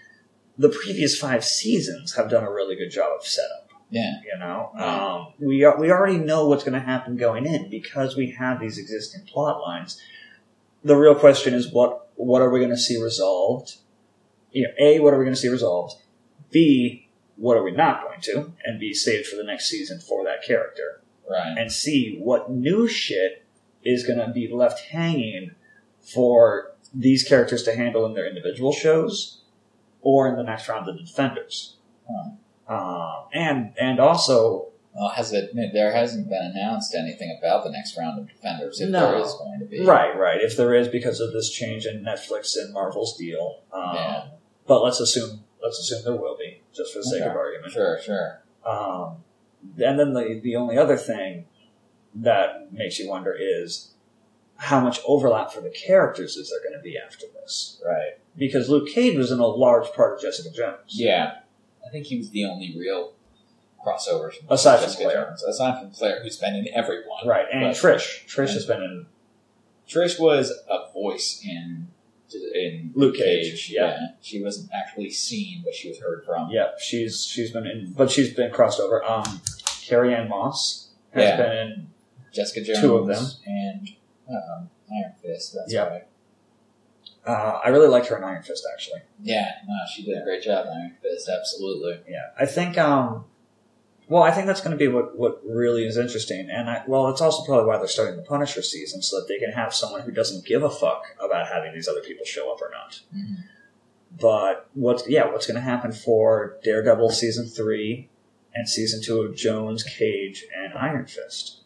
[SPEAKER 1] The previous five seasons have done a really good job of setup.
[SPEAKER 2] Yeah.
[SPEAKER 1] You know,
[SPEAKER 2] Right.
[SPEAKER 1] um, we are, we already know what's going to happen going in because we have these existing plot lines. The real question is what what are we going to see resolved? You know, a what are we going to see resolved? B what are we not going to? And B saved for the next season for that character.
[SPEAKER 2] Right.
[SPEAKER 1] And C what new shit is going to be left hanging for these characters to handle in their individual shows or in the next round of the Defenders.
[SPEAKER 2] Huh.
[SPEAKER 1] Um, and and also,
[SPEAKER 2] Well, has it, there hasn't been announced anything about the next round of Defenders, if
[SPEAKER 1] No.
[SPEAKER 2] there is going to be.
[SPEAKER 1] right, right. If there is because of this change in Netflix and Marvel's deal, um,
[SPEAKER 2] Yeah.
[SPEAKER 1] but let's assume let's assume there will be, just for the sake of
[SPEAKER 2] Okay.
[SPEAKER 1] argument.
[SPEAKER 2] Sure, sure.
[SPEAKER 1] Um, and then the, the only other thing that makes you wonder is how much overlap for the characters is there going to be after this?
[SPEAKER 2] Right.
[SPEAKER 1] Because Luke Cage was in a large part of Jessica Jones.
[SPEAKER 2] Yeah. I think he was the only real crossover from
[SPEAKER 1] Aside from
[SPEAKER 2] Jessica
[SPEAKER 1] Claire.
[SPEAKER 2] Jones. Aside from Claire, who's been in everyone.
[SPEAKER 1] Right, and
[SPEAKER 2] But-
[SPEAKER 1] Trish. Trish has been in.
[SPEAKER 2] Trish was a voice in in
[SPEAKER 1] Luke Cage, yeah.
[SPEAKER 2] She wasn't actually seen, but she was heard from.
[SPEAKER 1] Yeah, she's she's been in, but she's been crossed over. Um, Carrie Ann Moss has
[SPEAKER 2] Yeah.
[SPEAKER 1] been in
[SPEAKER 2] Jessica Jones,
[SPEAKER 1] Two of them.
[SPEAKER 2] and um, Iron Fist. That's
[SPEAKER 1] Yeah.
[SPEAKER 2] right.
[SPEAKER 1] Uh, I really liked her in Iron Fist, actually.
[SPEAKER 2] Yeah, no, she did a great job in Iron Fist. Absolutely.
[SPEAKER 1] Yeah, I think. Um, well, I think that's going to be what what really is interesting, and I, well, it's also probably why they're starting the Punisher season so that they can have someone who doesn't give a fuck about having these other people show up or not.
[SPEAKER 2] Mhm.
[SPEAKER 1] But what's yeah, what's going to happen for Daredevil season three and season two of Jones, Cage, and Iron Fist,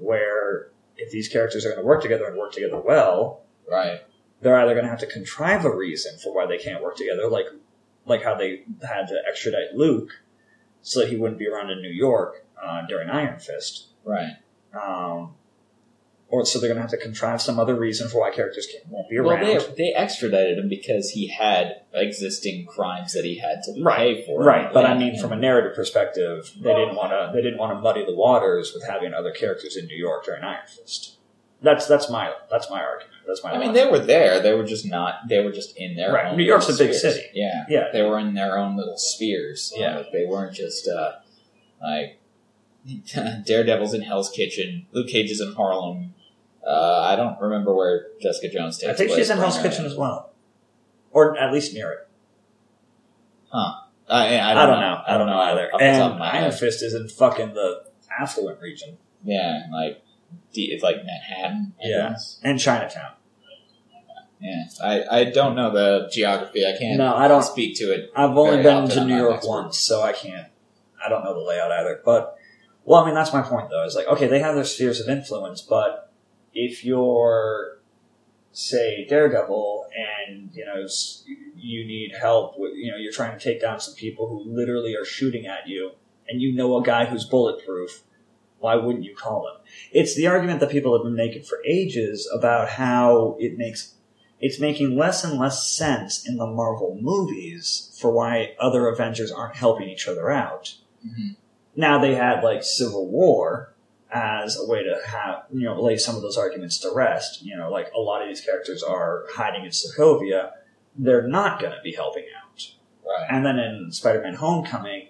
[SPEAKER 1] where if these characters are going to work together and work together well,
[SPEAKER 2] Right.
[SPEAKER 1] they're either going to have to contrive a reason for why they can't work together, like like how they had to extradite Luke so that he wouldn't be around in New York uh, during Iron Fist,
[SPEAKER 2] Right.
[SPEAKER 1] um, or so they're going to have to contrive some other reason for why characters can't, won't be
[SPEAKER 2] Well,
[SPEAKER 1] around.
[SPEAKER 2] they they extradited him because he had existing crimes that he had to
[SPEAKER 1] Right,
[SPEAKER 2] pay for.
[SPEAKER 1] right, but I
[SPEAKER 2] Yeah.
[SPEAKER 1] mean, from a narrative perspective, they didn't want to they didn't want to muddy the waters with having other characters in New York during Iron Fist. That's that's my that's my argument. That's my.
[SPEAKER 2] I mean,
[SPEAKER 1] logic.
[SPEAKER 2] they were there. They were just not. They were just in their
[SPEAKER 1] Right.
[SPEAKER 2] own
[SPEAKER 1] New York's
[SPEAKER 2] little
[SPEAKER 1] a big
[SPEAKER 2] spheres.
[SPEAKER 1] city.
[SPEAKER 2] Yeah,
[SPEAKER 1] Yeah.
[SPEAKER 2] They were in their own little spheres.
[SPEAKER 1] Yeah.
[SPEAKER 2] Like, they weren't just uh, like [laughs] Daredevil's in Hell's Kitchen. Luke Cage is in Harlem. Uh, I don't remember where Jessica Jones takes.
[SPEAKER 1] I think
[SPEAKER 2] place
[SPEAKER 1] she's in Hell's
[SPEAKER 2] primarily.
[SPEAKER 1] Kitchen as well, or at least near it.
[SPEAKER 2] I, I, don't know.
[SPEAKER 1] I don't know either.
[SPEAKER 2] Off the top of
[SPEAKER 1] And
[SPEAKER 2] my
[SPEAKER 1] Iron
[SPEAKER 2] head.
[SPEAKER 1] Fist is in fucking the affluent region
[SPEAKER 2] Yeah, like D- it's like Manhattan. I
[SPEAKER 1] Yeah.
[SPEAKER 2] guess.
[SPEAKER 1] and Chinatown.
[SPEAKER 2] yeah. I, I don't know the geography. I can't
[SPEAKER 1] No, I don't.
[SPEAKER 2] speak to it.
[SPEAKER 1] I've only
[SPEAKER 2] Very
[SPEAKER 1] been
[SPEAKER 2] often
[SPEAKER 1] to
[SPEAKER 2] I'm
[SPEAKER 1] New
[SPEAKER 2] not an
[SPEAKER 1] York
[SPEAKER 2] expert.
[SPEAKER 1] once, so I can't. I don't know the layout either. But well, I mean, that's my point though. Is like, okay, they have their spheres of influence, but if you're say Daredevil and you know s- you need help with you know you're trying to take down some people who literally are shooting at you and you know a guy who's bulletproof why wouldn't you call him it's the argument that people have been making for ages about how it makes it's making less and less sense in the Marvel movies for why other Avengers aren't helping each other out.
[SPEAKER 2] Mhm.
[SPEAKER 1] Now they had like Civil War as a way to have you know lay some of those arguments to rest. You know, like a lot of these characters are hiding in Sokovia; they're not going to be helping out.
[SPEAKER 2] Right.
[SPEAKER 1] And then in Spider-Man: Homecoming,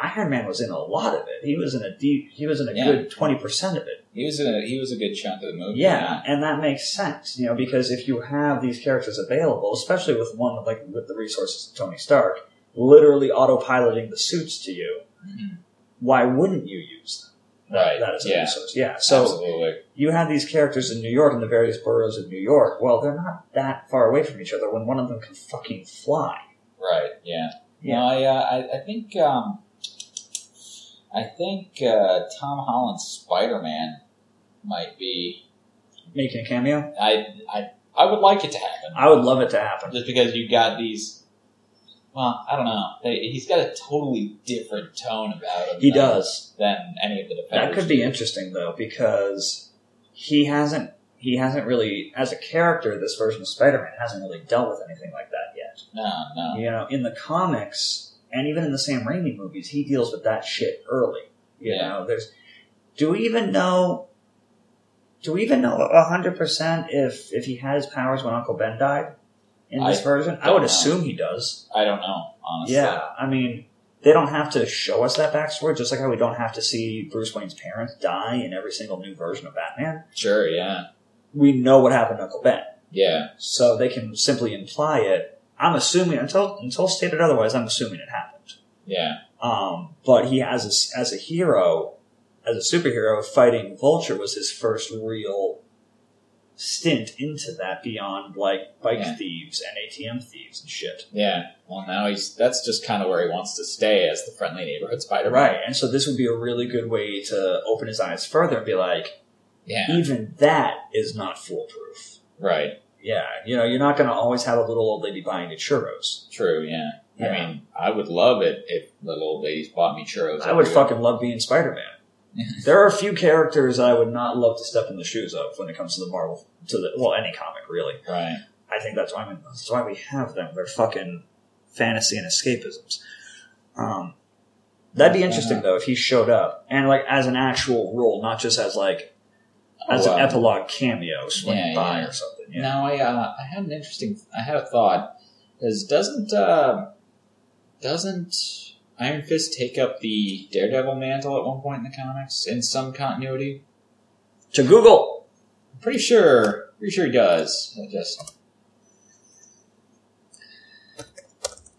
[SPEAKER 1] Iron Man was in a lot of it. He was in a deep. He was in a
[SPEAKER 2] Yeah.
[SPEAKER 1] good twenty percent of it.
[SPEAKER 2] He was in a he was a good chunk of the movie.
[SPEAKER 1] Yeah, and that makes sense, you know, because if you have these characters available, especially with one of, like with the resources of Tony Stark, literally autopiloting the suits to you,
[SPEAKER 2] Mhm.
[SPEAKER 1] why wouldn't you use them? That-
[SPEAKER 2] Right,
[SPEAKER 1] That is a
[SPEAKER 2] yeah.
[SPEAKER 1] resource. Yeah. So
[SPEAKER 2] absolutely.
[SPEAKER 1] you have these characters in New York in the various boroughs of New York. Well, they're not that far away from each other when one of them can fucking fly.
[SPEAKER 2] Right. Yeah.
[SPEAKER 1] Yeah.
[SPEAKER 2] No, I, uh, I, I think, um, I think uh, Tom Holland's Spider Man might be.
[SPEAKER 1] Making a cameo?
[SPEAKER 2] I, I, I would like it to happen
[SPEAKER 1] I would love it to happen.
[SPEAKER 2] just because you got these. Well, I don't know. They, he's got a totally different tone about him.
[SPEAKER 1] He
[SPEAKER 2] than,
[SPEAKER 1] does.
[SPEAKER 2] than any of the defenders.
[SPEAKER 1] That could be interesting though, because he hasn't he hasn't really as a character, this version of Spider Man hasn't really dealt with anything like that yet.
[SPEAKER 2] No, no.
[SPEAKER 1] You know, in the comics and even in the Sam Raimi movies, he deals with that shit early. You
[SPEAKER 2] Yeah.
[SPEAKER 1] know, there's do we even know do we even know hundred percent if if he had his powers when Uncle Ben died in this
[SPEAKER 2] I
[SPEAKER 1] version? I
[SPEAKER 2] don't
[SPEAKER 1] would
[SPEAKER 2] know.
[SPEAKER 1] assume he does.
[SPEAKER 2] I don't know. Honestly.
[SPEAKER 1] Yeah, I mean, they don't have to show us that backstory, just like how we don't have to see Bruce Wayne's parents die in every single new version of Batman.
[SPEAKER 2] Sure. Yeah.
[SPEAKER 1] We know what happened to Uncle Ben,
[SPEAKER 2] Yeah.
[SPEAKER 1] so they can simply imply it. I'm assuming until until stated otherwise, I'm assuming it happened.
[SPEAKER 2] Yeah.
[SPEAKER 1] Um, but he as a, as a hero, as a superhero, fighting Vulture was his first real stint into that beyond like bike
[SPEAKER 2] Yeah.
[SPEAKER 1] thieves and ATM thieves and shit.
[SPEAKER 2] Yeah. Well, now he's. That's just kind of where he wants to stay as the friendly neighborhood Spider Man.
[SPEAKER 1] Right. And so this would be a really good way to open his eyes further and be like,
[SPEAKER 2] Yeah.
[SPEAKER 1] even that is not foolproof.
[SPEAKER 2] Right.
[SPEAKER 1] Yeah. You know, you're not going to always have a little old lady buying you churros.
[SPEAKER 2] True. Yeah.
[SPEAKER 1] Yeah.
[SPEAKER 2] I mean, I would love it if little old ladies bought me churros.
[SPEAKER 1] I would
[SPEAKER 2] every week.
[SPEAKER 1] fucking love being Spider Man. there are a few characters I would not love to step in the shoes of when it comes to the Marvel, to the well, any comic really.
[SPEAKER 2] right.
[SPEAKER 1] I think that's why I mean, that's why we have them. They're fucking fantasy and escapisms. Um, that'd be interesting though if he showed up and like as an actual role, not just as like as
[SPEAKER 2] Oh,
[SPEAKER 1] an
[SPEAKER 2] uh,
[SPEAKER 1] epilogue cameo swinging
[SPEAKER 2] yeah,
[SPEAKER 1] by
[SPEAKER 2] yeah.
[SPEAKER 1] or something. Yeah.
[SPEAKER 2] Now I uh, I had an interesting I had a thought is doesn't uh, doesn't Iron Fist take up the Daredevil mantle at one point in the comics in some continuity?
[SPEAKER 1] To Google,
[SPEAKER 2] I'm pretty sure pretty sure he does. I just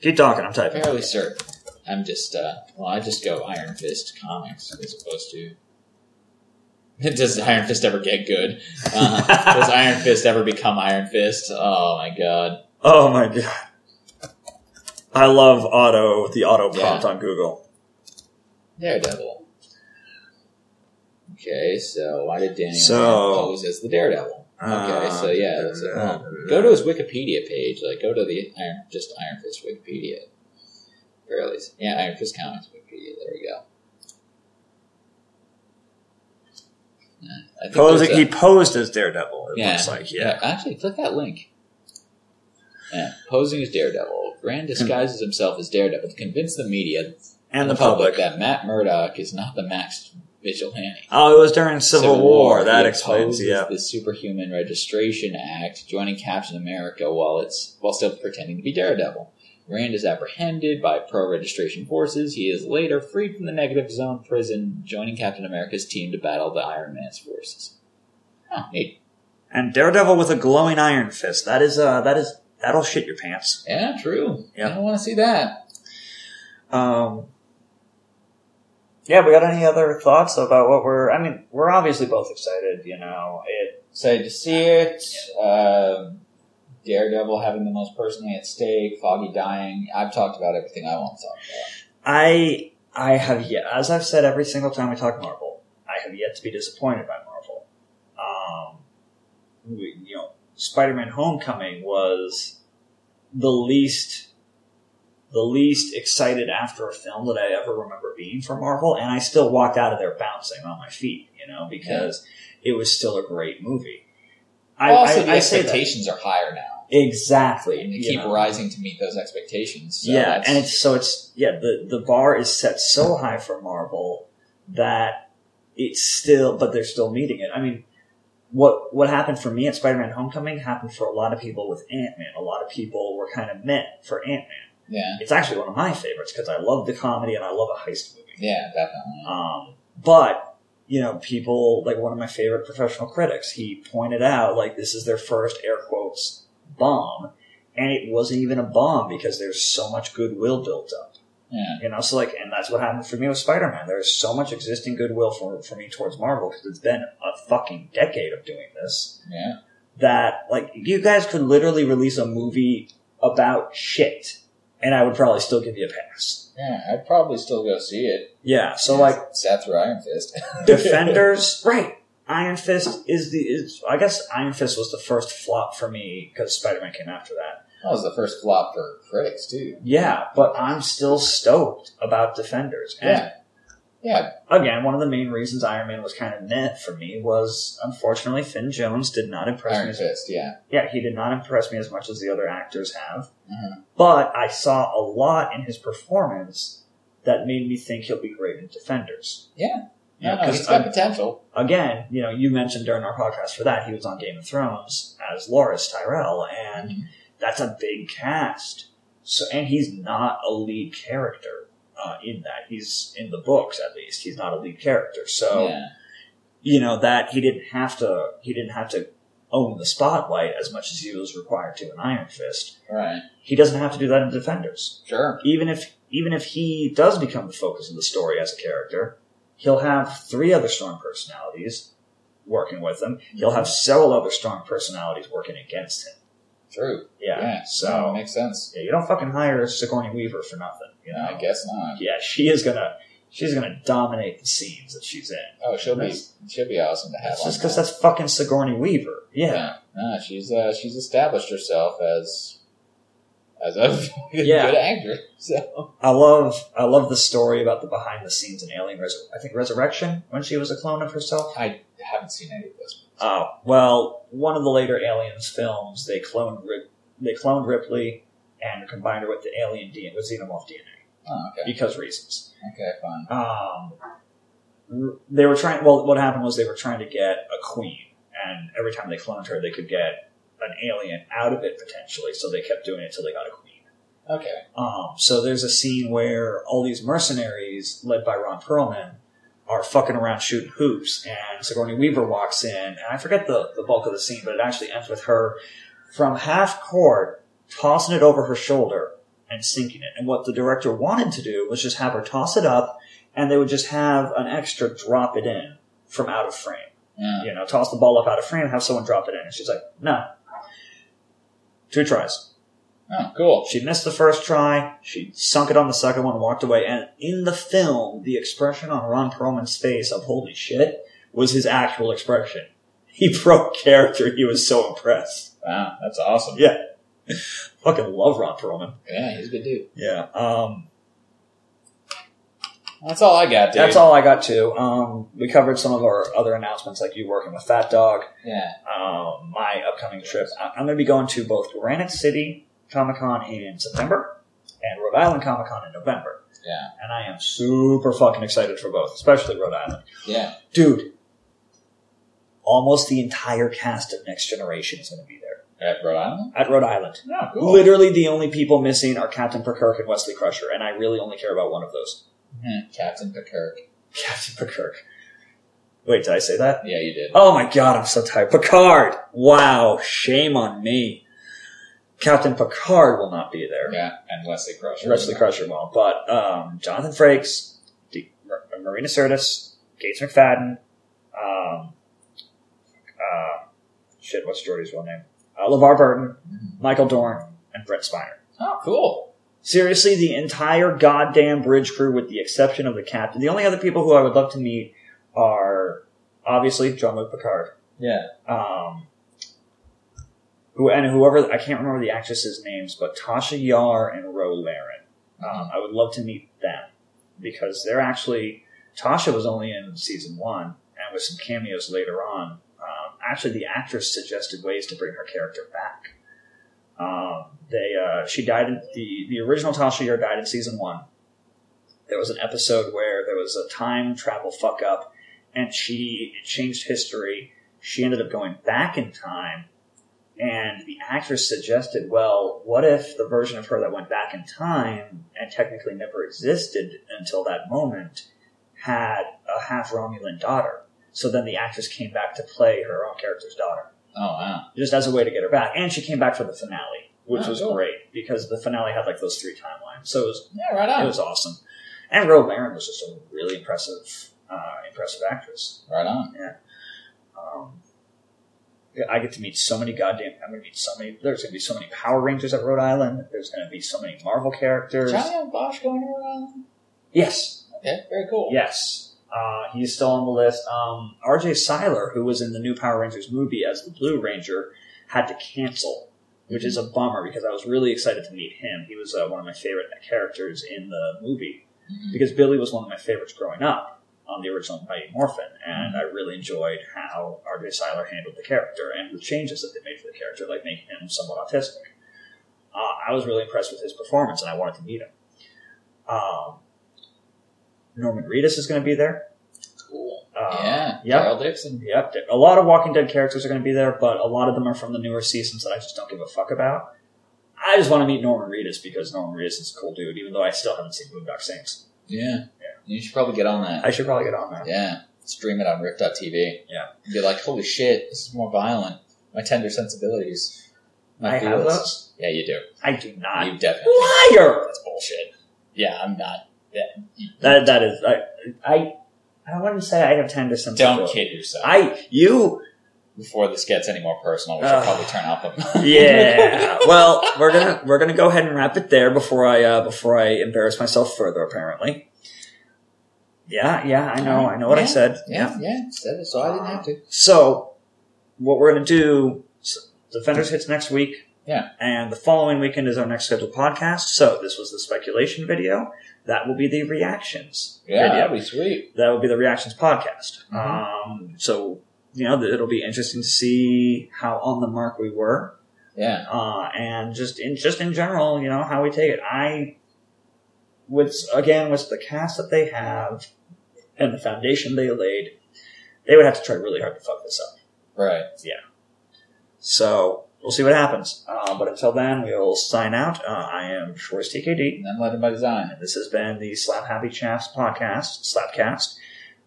[SPEAKER 1] keep talking. I'm typing.
[SPEAKER 2] fairly certain. I'm just uh, well I just go Iron Fist comics as opposed to. [laughs] Does Iron Fist ever get good? Uh,
[SPEAKER 1] [laughs]
[SPEAKER 2] does Iron Fist ever become Iron Fist? Oh my god!
[SPEAKER 1] Oh my god. I love auto the auto prompt
[SPEAKER 2] Yeah.
[SPEAKER 1] on Google.
[SPEAKER 2] Daredevil. Okay, so why did Daniel
[SPEAKER 1] So-
[SPEAKER 2] pose as the Daredevil? Okay, so yeah, that's it.
[SPEAKER 1] Uh,
[SPEAKER 2] go to his Wikipedia page. Like, go to the Iron, just Iron Fist Wikipedia. Or at least, yeah, Iron Fist Comics Wikipedia. There we go. Yeah, I think
[SPEAKER 1] Posing,
[SPEAKER 2] there's a-
[SPEAKER 1] he posed as Daredevil. It
[SPEAKER 2] Yeah.
[SPEAKER 1] looks like yeah.
[SPEAKER 2] yeah, actually, click that link. Yeah, posing as Daredevil, Grand disguises himself as Daredevil to convince the media
[SPEAKER 1] and the public.
[SPEAKER 2] that Matt Murdock is not the Max Vigilante.
[SPEAKER 1] Oh, it was during Civil, War. That
[SPEAKER 2] he
[SPEAKER 1] explains.
[SPEAKER 2] opposes
[SPEAKER 1] Yeah,
[SPEAKER 2] the Superhuman Registration Act, joining Captain America while it's while still pretending to be Daredevil. Rand is apprehended by pro-registration forces. He is later freed from the Negative Zone prison, joining Captain America's team to battle the Iron Man's forces. Huh, neat.
[SPEAKER 1] and Daredevil with a glowing iron fist. That is. Uh, that is. That'll shit your pants.
[SPEAKER 2] Yeah, true.
[SPEAKER 1] Yeah.
[SPEAKER 2] I don't want to see that.
[SPEAKER 1] Um. Yeah, we got any other thoughts about what we're? I mean, we're obviously both excited. You know, it.
[SPEAKER 2] Excited to see it. Um, Daredevil having the most personally at stake. Foggy dying. I've talked about everything I want to talk about.
[SPEAKER 1] I. I have yet, as I've said every single time we talk Marvel, I have yet to be disappointed by Marvel. Um, we, you know, Spider-Man: Homecoming was the least the least excited after a film that I ever remember being for Marvel, and I still walked out of there bouncing on my feet, you know, because it was still a great movie. I,
[SPEAKER 2] also,
[SPEAKER 1] I,
[SPEAKER 2] the
[SPEAKER 1] I say that
[SPEAKER 2] expectations are higher now.
[SPEAKER 1] exactly.
[SPEAKER 2] and they
[SPEAKER 1] you
[SPEAKER 2] keep
[SPEAKER 1] know.
[SPEAKER 2] rising to meet those expectations. So
[SPEAKER 1] yeah,
[SPEAKER 2] that's-
[SPEAKER 1] and it's so it's yeah the the bar is set so high for Marvel that it's still but they're still meeting it. I mean, what what happened for me at Spider Man Homecoming happened for a lot of people with Ant Man. A lot of people were kind of meant for Ant Man.
[SPEAKER 2] yeah,
[SPEAKER 1] It's actually one of my favorites because I love the comedy and I love a heist movie.
[SPEAKER 2] yeah, definitely.
[SPEAKER 1] Um, but you know, people like one of my favorite professional critics. He pointed out like this is their first air quotes bomb, and it wasn't even a bomb because there's so much goodwill built up.
[SPEAKER 2] Yeah,
[SPEAKER 1] You know, so like, and that's what happened for me with Spider Man. There's so much existing goodwill for for me towards Marvel because it's been a fucking decade of doing this
[SPEAKER 2] yeah,
[SPEAKER 1] that like you guys could literally release a movie about shit, and I would probably still give you a pass.
[SPEAKER 2] yeah. I'd probably still go see it.
[SPEAKER 1] Yeah, so
[SPEAKER 2] [laughs]
[SPEAKER 1] like
[SPEAKER 2] sat through Iron Fist. [laughs]
[SPEAKER 1] Defenders, right? Iron Fist is the is I guess Iron Fist was the first flop for me because Spider Man came after that.
[SPEAKER 2] that was the first flop for critics too.
[SPEAKER 1] Yeah, but I'm still stoked about Defenders. And
[SPEAKER 2] Yeah, yeah,
[SPEAKER 1] again, one of the main reasons Iron Man was kind of net for me was unfortunately Finn Jones did not impress me.
[SPEAKER 2] Iron
[SPEAKER 1] As,
[SPEAKER 2] Fist. Yeah,
[SPEAKER 1] yeah, he did not impress me as much as the other actors have.
[SPEAKER 2] Mhm.
[SPEAKER 1] But I saw a lot in his performance that made me think he'll be great in Defenders.
[SPEAKER 2] Yeah.
[SPEAKER 1] You know,
[SPEAKER 2] no, no,
[SPEAKER 1] 'cause
[SPEAKER 2] he's
[SPEAKER 1] I'm-
[SPEAKER 2] got potential.
[SPEAKER 1] again, you know, you mentioned during our podcast for that he was on Game of Thrones as Loras Tyrell, and
[SPEAKER 2] Mhm.
[SPEAKER 1] that's a big cast. So, and he's not a lead character uh, in that. He's in the books at least. He's not a lead character. So
[SPEAKER 2] Yeah,
[SPEAKER 1] you know that he didn't have to. He didn't have to own the spotlight as much as he was required to in Iron Fist.
[SPEAKER 2] right.
[SPEAKER 1] He doesn't have to do that in Defenders.
[SPEAKER 2] Sure.
[SPEAKER 1] Even if even if he does become the focus of the story as a character, he'll have three other strong personalities working with him. He'll have several other strong personalities working against him.
[SPEAKER 2] True.
[SPEAKER 1] Yeah.
[SPEAKER 2] Yeah. No,
[SPEAKER 1] So
[SPEAKER 2] makes sense.
[SPEAKER 1] yeah, you don't fucking hire Sigourney Weaver for nothing. You know.
[SPEAKER 2] I guess not.
[SPEAKER 1] Yeah, she is gonna she's gonna dominate the scenes that she's in.
[SPEAKER 2] Oh, she'll be
[SPEAKER 1] That's-
[SPEAKER 2] she'll be awesome to have.
[SPEAKER 1] That's
[SPEAKER 2] on
[SPEAKER 1] just because
[SPEAKER 2] that.
[SPEAKER 1] that's fucking Sigourney Weaver. Yeah.
[SPEAKER 2] No, she's uh, she's established herself as as a [laughs]
[SPEAKER 1] Yeah.
[SPEAKER 2] good actor. [laughs] So
[SPEAKER 1] I love I love the story about the behind the scenes in Alien Resur- I think Resurrection when she was a clone of herself.
[SPEAKER 2] I haven't seen any of those.
[SPEAKER 1] Oh well, one of the later Aliens films they cloned Rip- they cloned Ripley and combined her with the alien DNA with xenomorph DNA
[SPEAKER 2] Oh, okay.
[SPEAKER 1] because reasons.
[SPEAKER 2] Okay, fine.
[SPEAKER 1] um, they were trying. Well, what happened was they were trying to get a queen, and every time they cloned her, they could get an alien out of it potentially. So they kept doing it till they got a queen.
[SPEAKER 2] Okay.
[SPEAKER 1] Um, so there's a scene where all these mercenaries, led by Ron Perlman, are fucking around shooting hoops, and Sigourney Weaver walks in, and I forget the, the bulk of the scene, but it actually ends with her from half court tossing it over her shoulder and sinking it. And what the director wanted to do was just have her toss it up, and they would just have an extra drop it in from out of frame
[SPEAKER 2] Yeah.
[SPEAKER 1] you know, toss the ball up out of frame, have someone drop it in. And she's like, no. Two tries.
[SPEAKER 2] Oh, cool.
[SPEAKER 1] She missed the first try. She sunk it on the second one, walked away. And in the film, the expression on Ron Perlman's face of holy shit was his actual expression. [laughs] He broke character. He was so impressed.
[SPEAKER 2] Wow, that's awesome.
[SPEAKER 1] Yeah. Fucking love Ron Perlman.
[SPEAKER 2] Yeah, he's a good dude.
[SPEAKER 1] Yeah. Um,
[SPEAKER 2] That's all I got, dude.
[SPEAKER 1] that's all I got to. Um, we covered some of our other announcements, like you working with Fat Dog.
[SPEAKER 2] Yeah.
[SPEAKER 1] um, my upcoming trip. I- I'm going to be going to both Granite City Comic Con in September and Rhode Island Comic Con in November.
[SPEAKER 2] Yeah.
[SPEAKER 1] And I am super fucking excited for both, especially Rhode Island.
[SPEAKER 2] Yeah.
[SPEAKER 1] Dude, almost the entire cast of Next Generation is going to be there
[SPEAKER 2] At Rhode Island?
[SPEAKER 1] at Rhode Island.
[SPEAKER 2] Oh,
[SPEAKER 1] Literally, the only people missing are Captain Precurk and Wesley Crusher, and I really only care about one of those. [laughs]
[SPEAKER 2] Hmm, Captain Picard.
[SPEAKER 1] Captain Precurk. Wait, did I say that?
[SPEAKER 2] Yeah, you did.
[SPEAKER 1] Oh my god, I'm so tired. Picard! Wow, shame on me. Captain Picard will not be there.
[SPEAKER 2] Yeah, and Leslie Crusher.
[SPEAKER 1] Wesley Crusher won't, but um, Jonathan Frakes, D- Mar- Marina Sirtis, Gates McFadden, um, uh, shit, what's Jordy's real name? Uh, LeVar Burton,
[SPEAKER 2] Mhm.
[SPEAKER 1] Michael Dorn, and Brett Spiner.
[SPEAKER 2] Oh, cool.
[SPEAKER 1] Seriously, the entire goddamn bridge crew, with the exception of the captain. The only other people who I would love to meet are obviously John Luke Picard
[SPEAKER 2] Yeah.
[SPEAKER 1] um, who and whoever I can't remember the actresses' names, but Tasha Yar and Ro Laren. Um, I would love to meet them because they're actually Tasha was only in season one and with some cameos later on. Um, actually, the actress suggested ways to bring her character back. Um, they uh, she died in the the original Tasha Yar died in season one. There was an episode where there was a time travel fuck up, and she it changed history she ended up going back in time and the actress suggested well what if the version of her that went back in time and technically never existed until that moment had a half romulan daughter so then the actress came back to play her own character's daughter
[SPEAKER 2] Oh, wow.
[SPEAKER 1] just as a way to get her back and she came back for the finale which
[SPEAKER 2] Oh,
[SPEAKER 1] was
[SPEAKER 2] cool.
[SPEAKER 1] great because the finale had like those three timelines so it was
[SPEAKER 2] Yeah, right
[SPEAKER 1] it
[SPEAKER 2] on.
[SPEAKER 1] was awesome and Ro Marin was just a really impressive uh, impressive actress
[SPEAKER 2] Right on.
[SPEAKER 1] um, yeah, I get to meet so many goddamn. I'm going to meet so many. There's going to be so many Power Rangers at Rhode Island. There's going to be so many Marvel characters.
[SPEAKER 2] Johnny L. Bosch going to Rhode Island?
[SPEAKER 1] Yes,
[SPEAKER 2] Okay, very cool.
[SPEAKER 1] yes. Uh, he's still on the list. Um, R.J. Seiler, who was in the new Power Rangers movie as the Blue Ranger, had to cancel, which is a bummer because I was really excited to meet him. He was uh, one of my favorite characters in the movie.
[SPEAKER 2] Mhm.
[SPEAKER 1] because Billy was one of my favorites growing up on the original Mighty Morphin, and I really enjoyed how R.J. Seiler handled the character and the changes that they made for the character, like making him somewhat autistic. Uh, I was really impressed with his performance, and I wanted to meet him. Um, Norman Reedus is going to be there.
[SPEAKER 2] Cool.
[SPEAKER 1] Uh,
[SPEAKER 2] yeah.
[SPEAKER 1] yep.
[SPEAKER 2] Daryl Dixon.
[SPEAKER 1] Yep, a lot of Walking Dead characters are going to be there, but a lot of them are from the newer seasons that I just don't give a fuck about. I just want to meet Norman Reedus because Norman Reedus is a cool dude, even though I still haven't seen Boondock Saints.
[SPEAKER 2] Yeah. You should probably get on that.
[SPEAKER 1] I should probably get on that.
[SPEAKER 2] Yeah. Stream it on Rift.tv.
[SPEAKER 1] Yeah.
[SPEAKER 2] Be like, holy shit, this is more violent. My tender sensibilities. My
[SPEAKER 1] I have
[SPEAKER 2] feelings.
[SPEAKER 1] those?
[SPEAKER 2] Yeah, you do.
[SPEAKER 1] I do not.
[SPEAKER 2] you definitely.
[SPEAKER 1] Liar!
[SPEAKER 2] That's bullshit. Yeah, I'm not. Yeah.
[SPEAKER 1] That that is I I I wouldn't say I have tender
[SPEAKER 2] Don't
[SPEAKER 1] sensibility.
[SPEAKER 2] kid yourself.
[SPEAKER 1] I you
[SPEAKER 2] Before this gets any more personal, we should
[SPEAKER 1] Ugh.
[SPEAKER 2] probably turn off the.
[SPEAKER 1] [laughs] yeah. well, we're gonna we're gonna go ahead and wrap it there before I uh, before I embarrass myself further. Apparently. Yeah, yeah, I know, I know what I
[SPEAKER 2] Yeah,
[SPEAKER 1] said.
[SPEAKER 2] [laughs] yeah, yeah. Said it, so I didn't have to.
[SPEAKER 1] So, what we're gonna do? s- Defenders hits next week.
[SPEAKER 2] Yeah.
[SPEAKER 1] And the following weekend is our next scheduled podcast. So this was the speculation video. That will be the reactions
[SPEAKER 2] Yeah,
[SPEAKER 1] video.
[SPEAKER 2] that'd be sweet.
[SPEAKER 1] That will be the reactions podcast.
[SPEAKER 2] Mhm.
[SPEAKER 1] Um, so you know it'll be interesting to see how on the mark we were
[SPEAKER 2] Yeah,
[SPEAKER 1] uh, and just in just in general, you know how we take it. I, with again with the cast that they have and the foundation they laid, they would have to try really hard to fuck this up.
[SPEAKER 2] right.
[SPEAKER 1] So we'll see what happens. Uh, but until then, we'll sign out. Uh, I am Schwartz TKD,
[SPEAKER 2] And then led by design.
[SPEAKER 1] and this has been the Slap Happy Chaps podcast, Slapcast.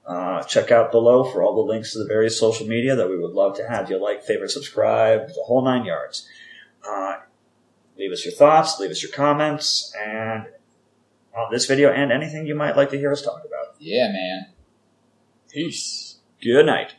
[SPEAKER 1] Uh, check out below for all the links to the various social media that we would love to have you like, favorite, subscribe, the whole nine yards. Uh, leave us your thoughts, leave us your comments, and on this video and anything you might like to hear us talk about.
[SPEAKER 2] Yeah, man. Peace.
[SPEAKER 1] Good night.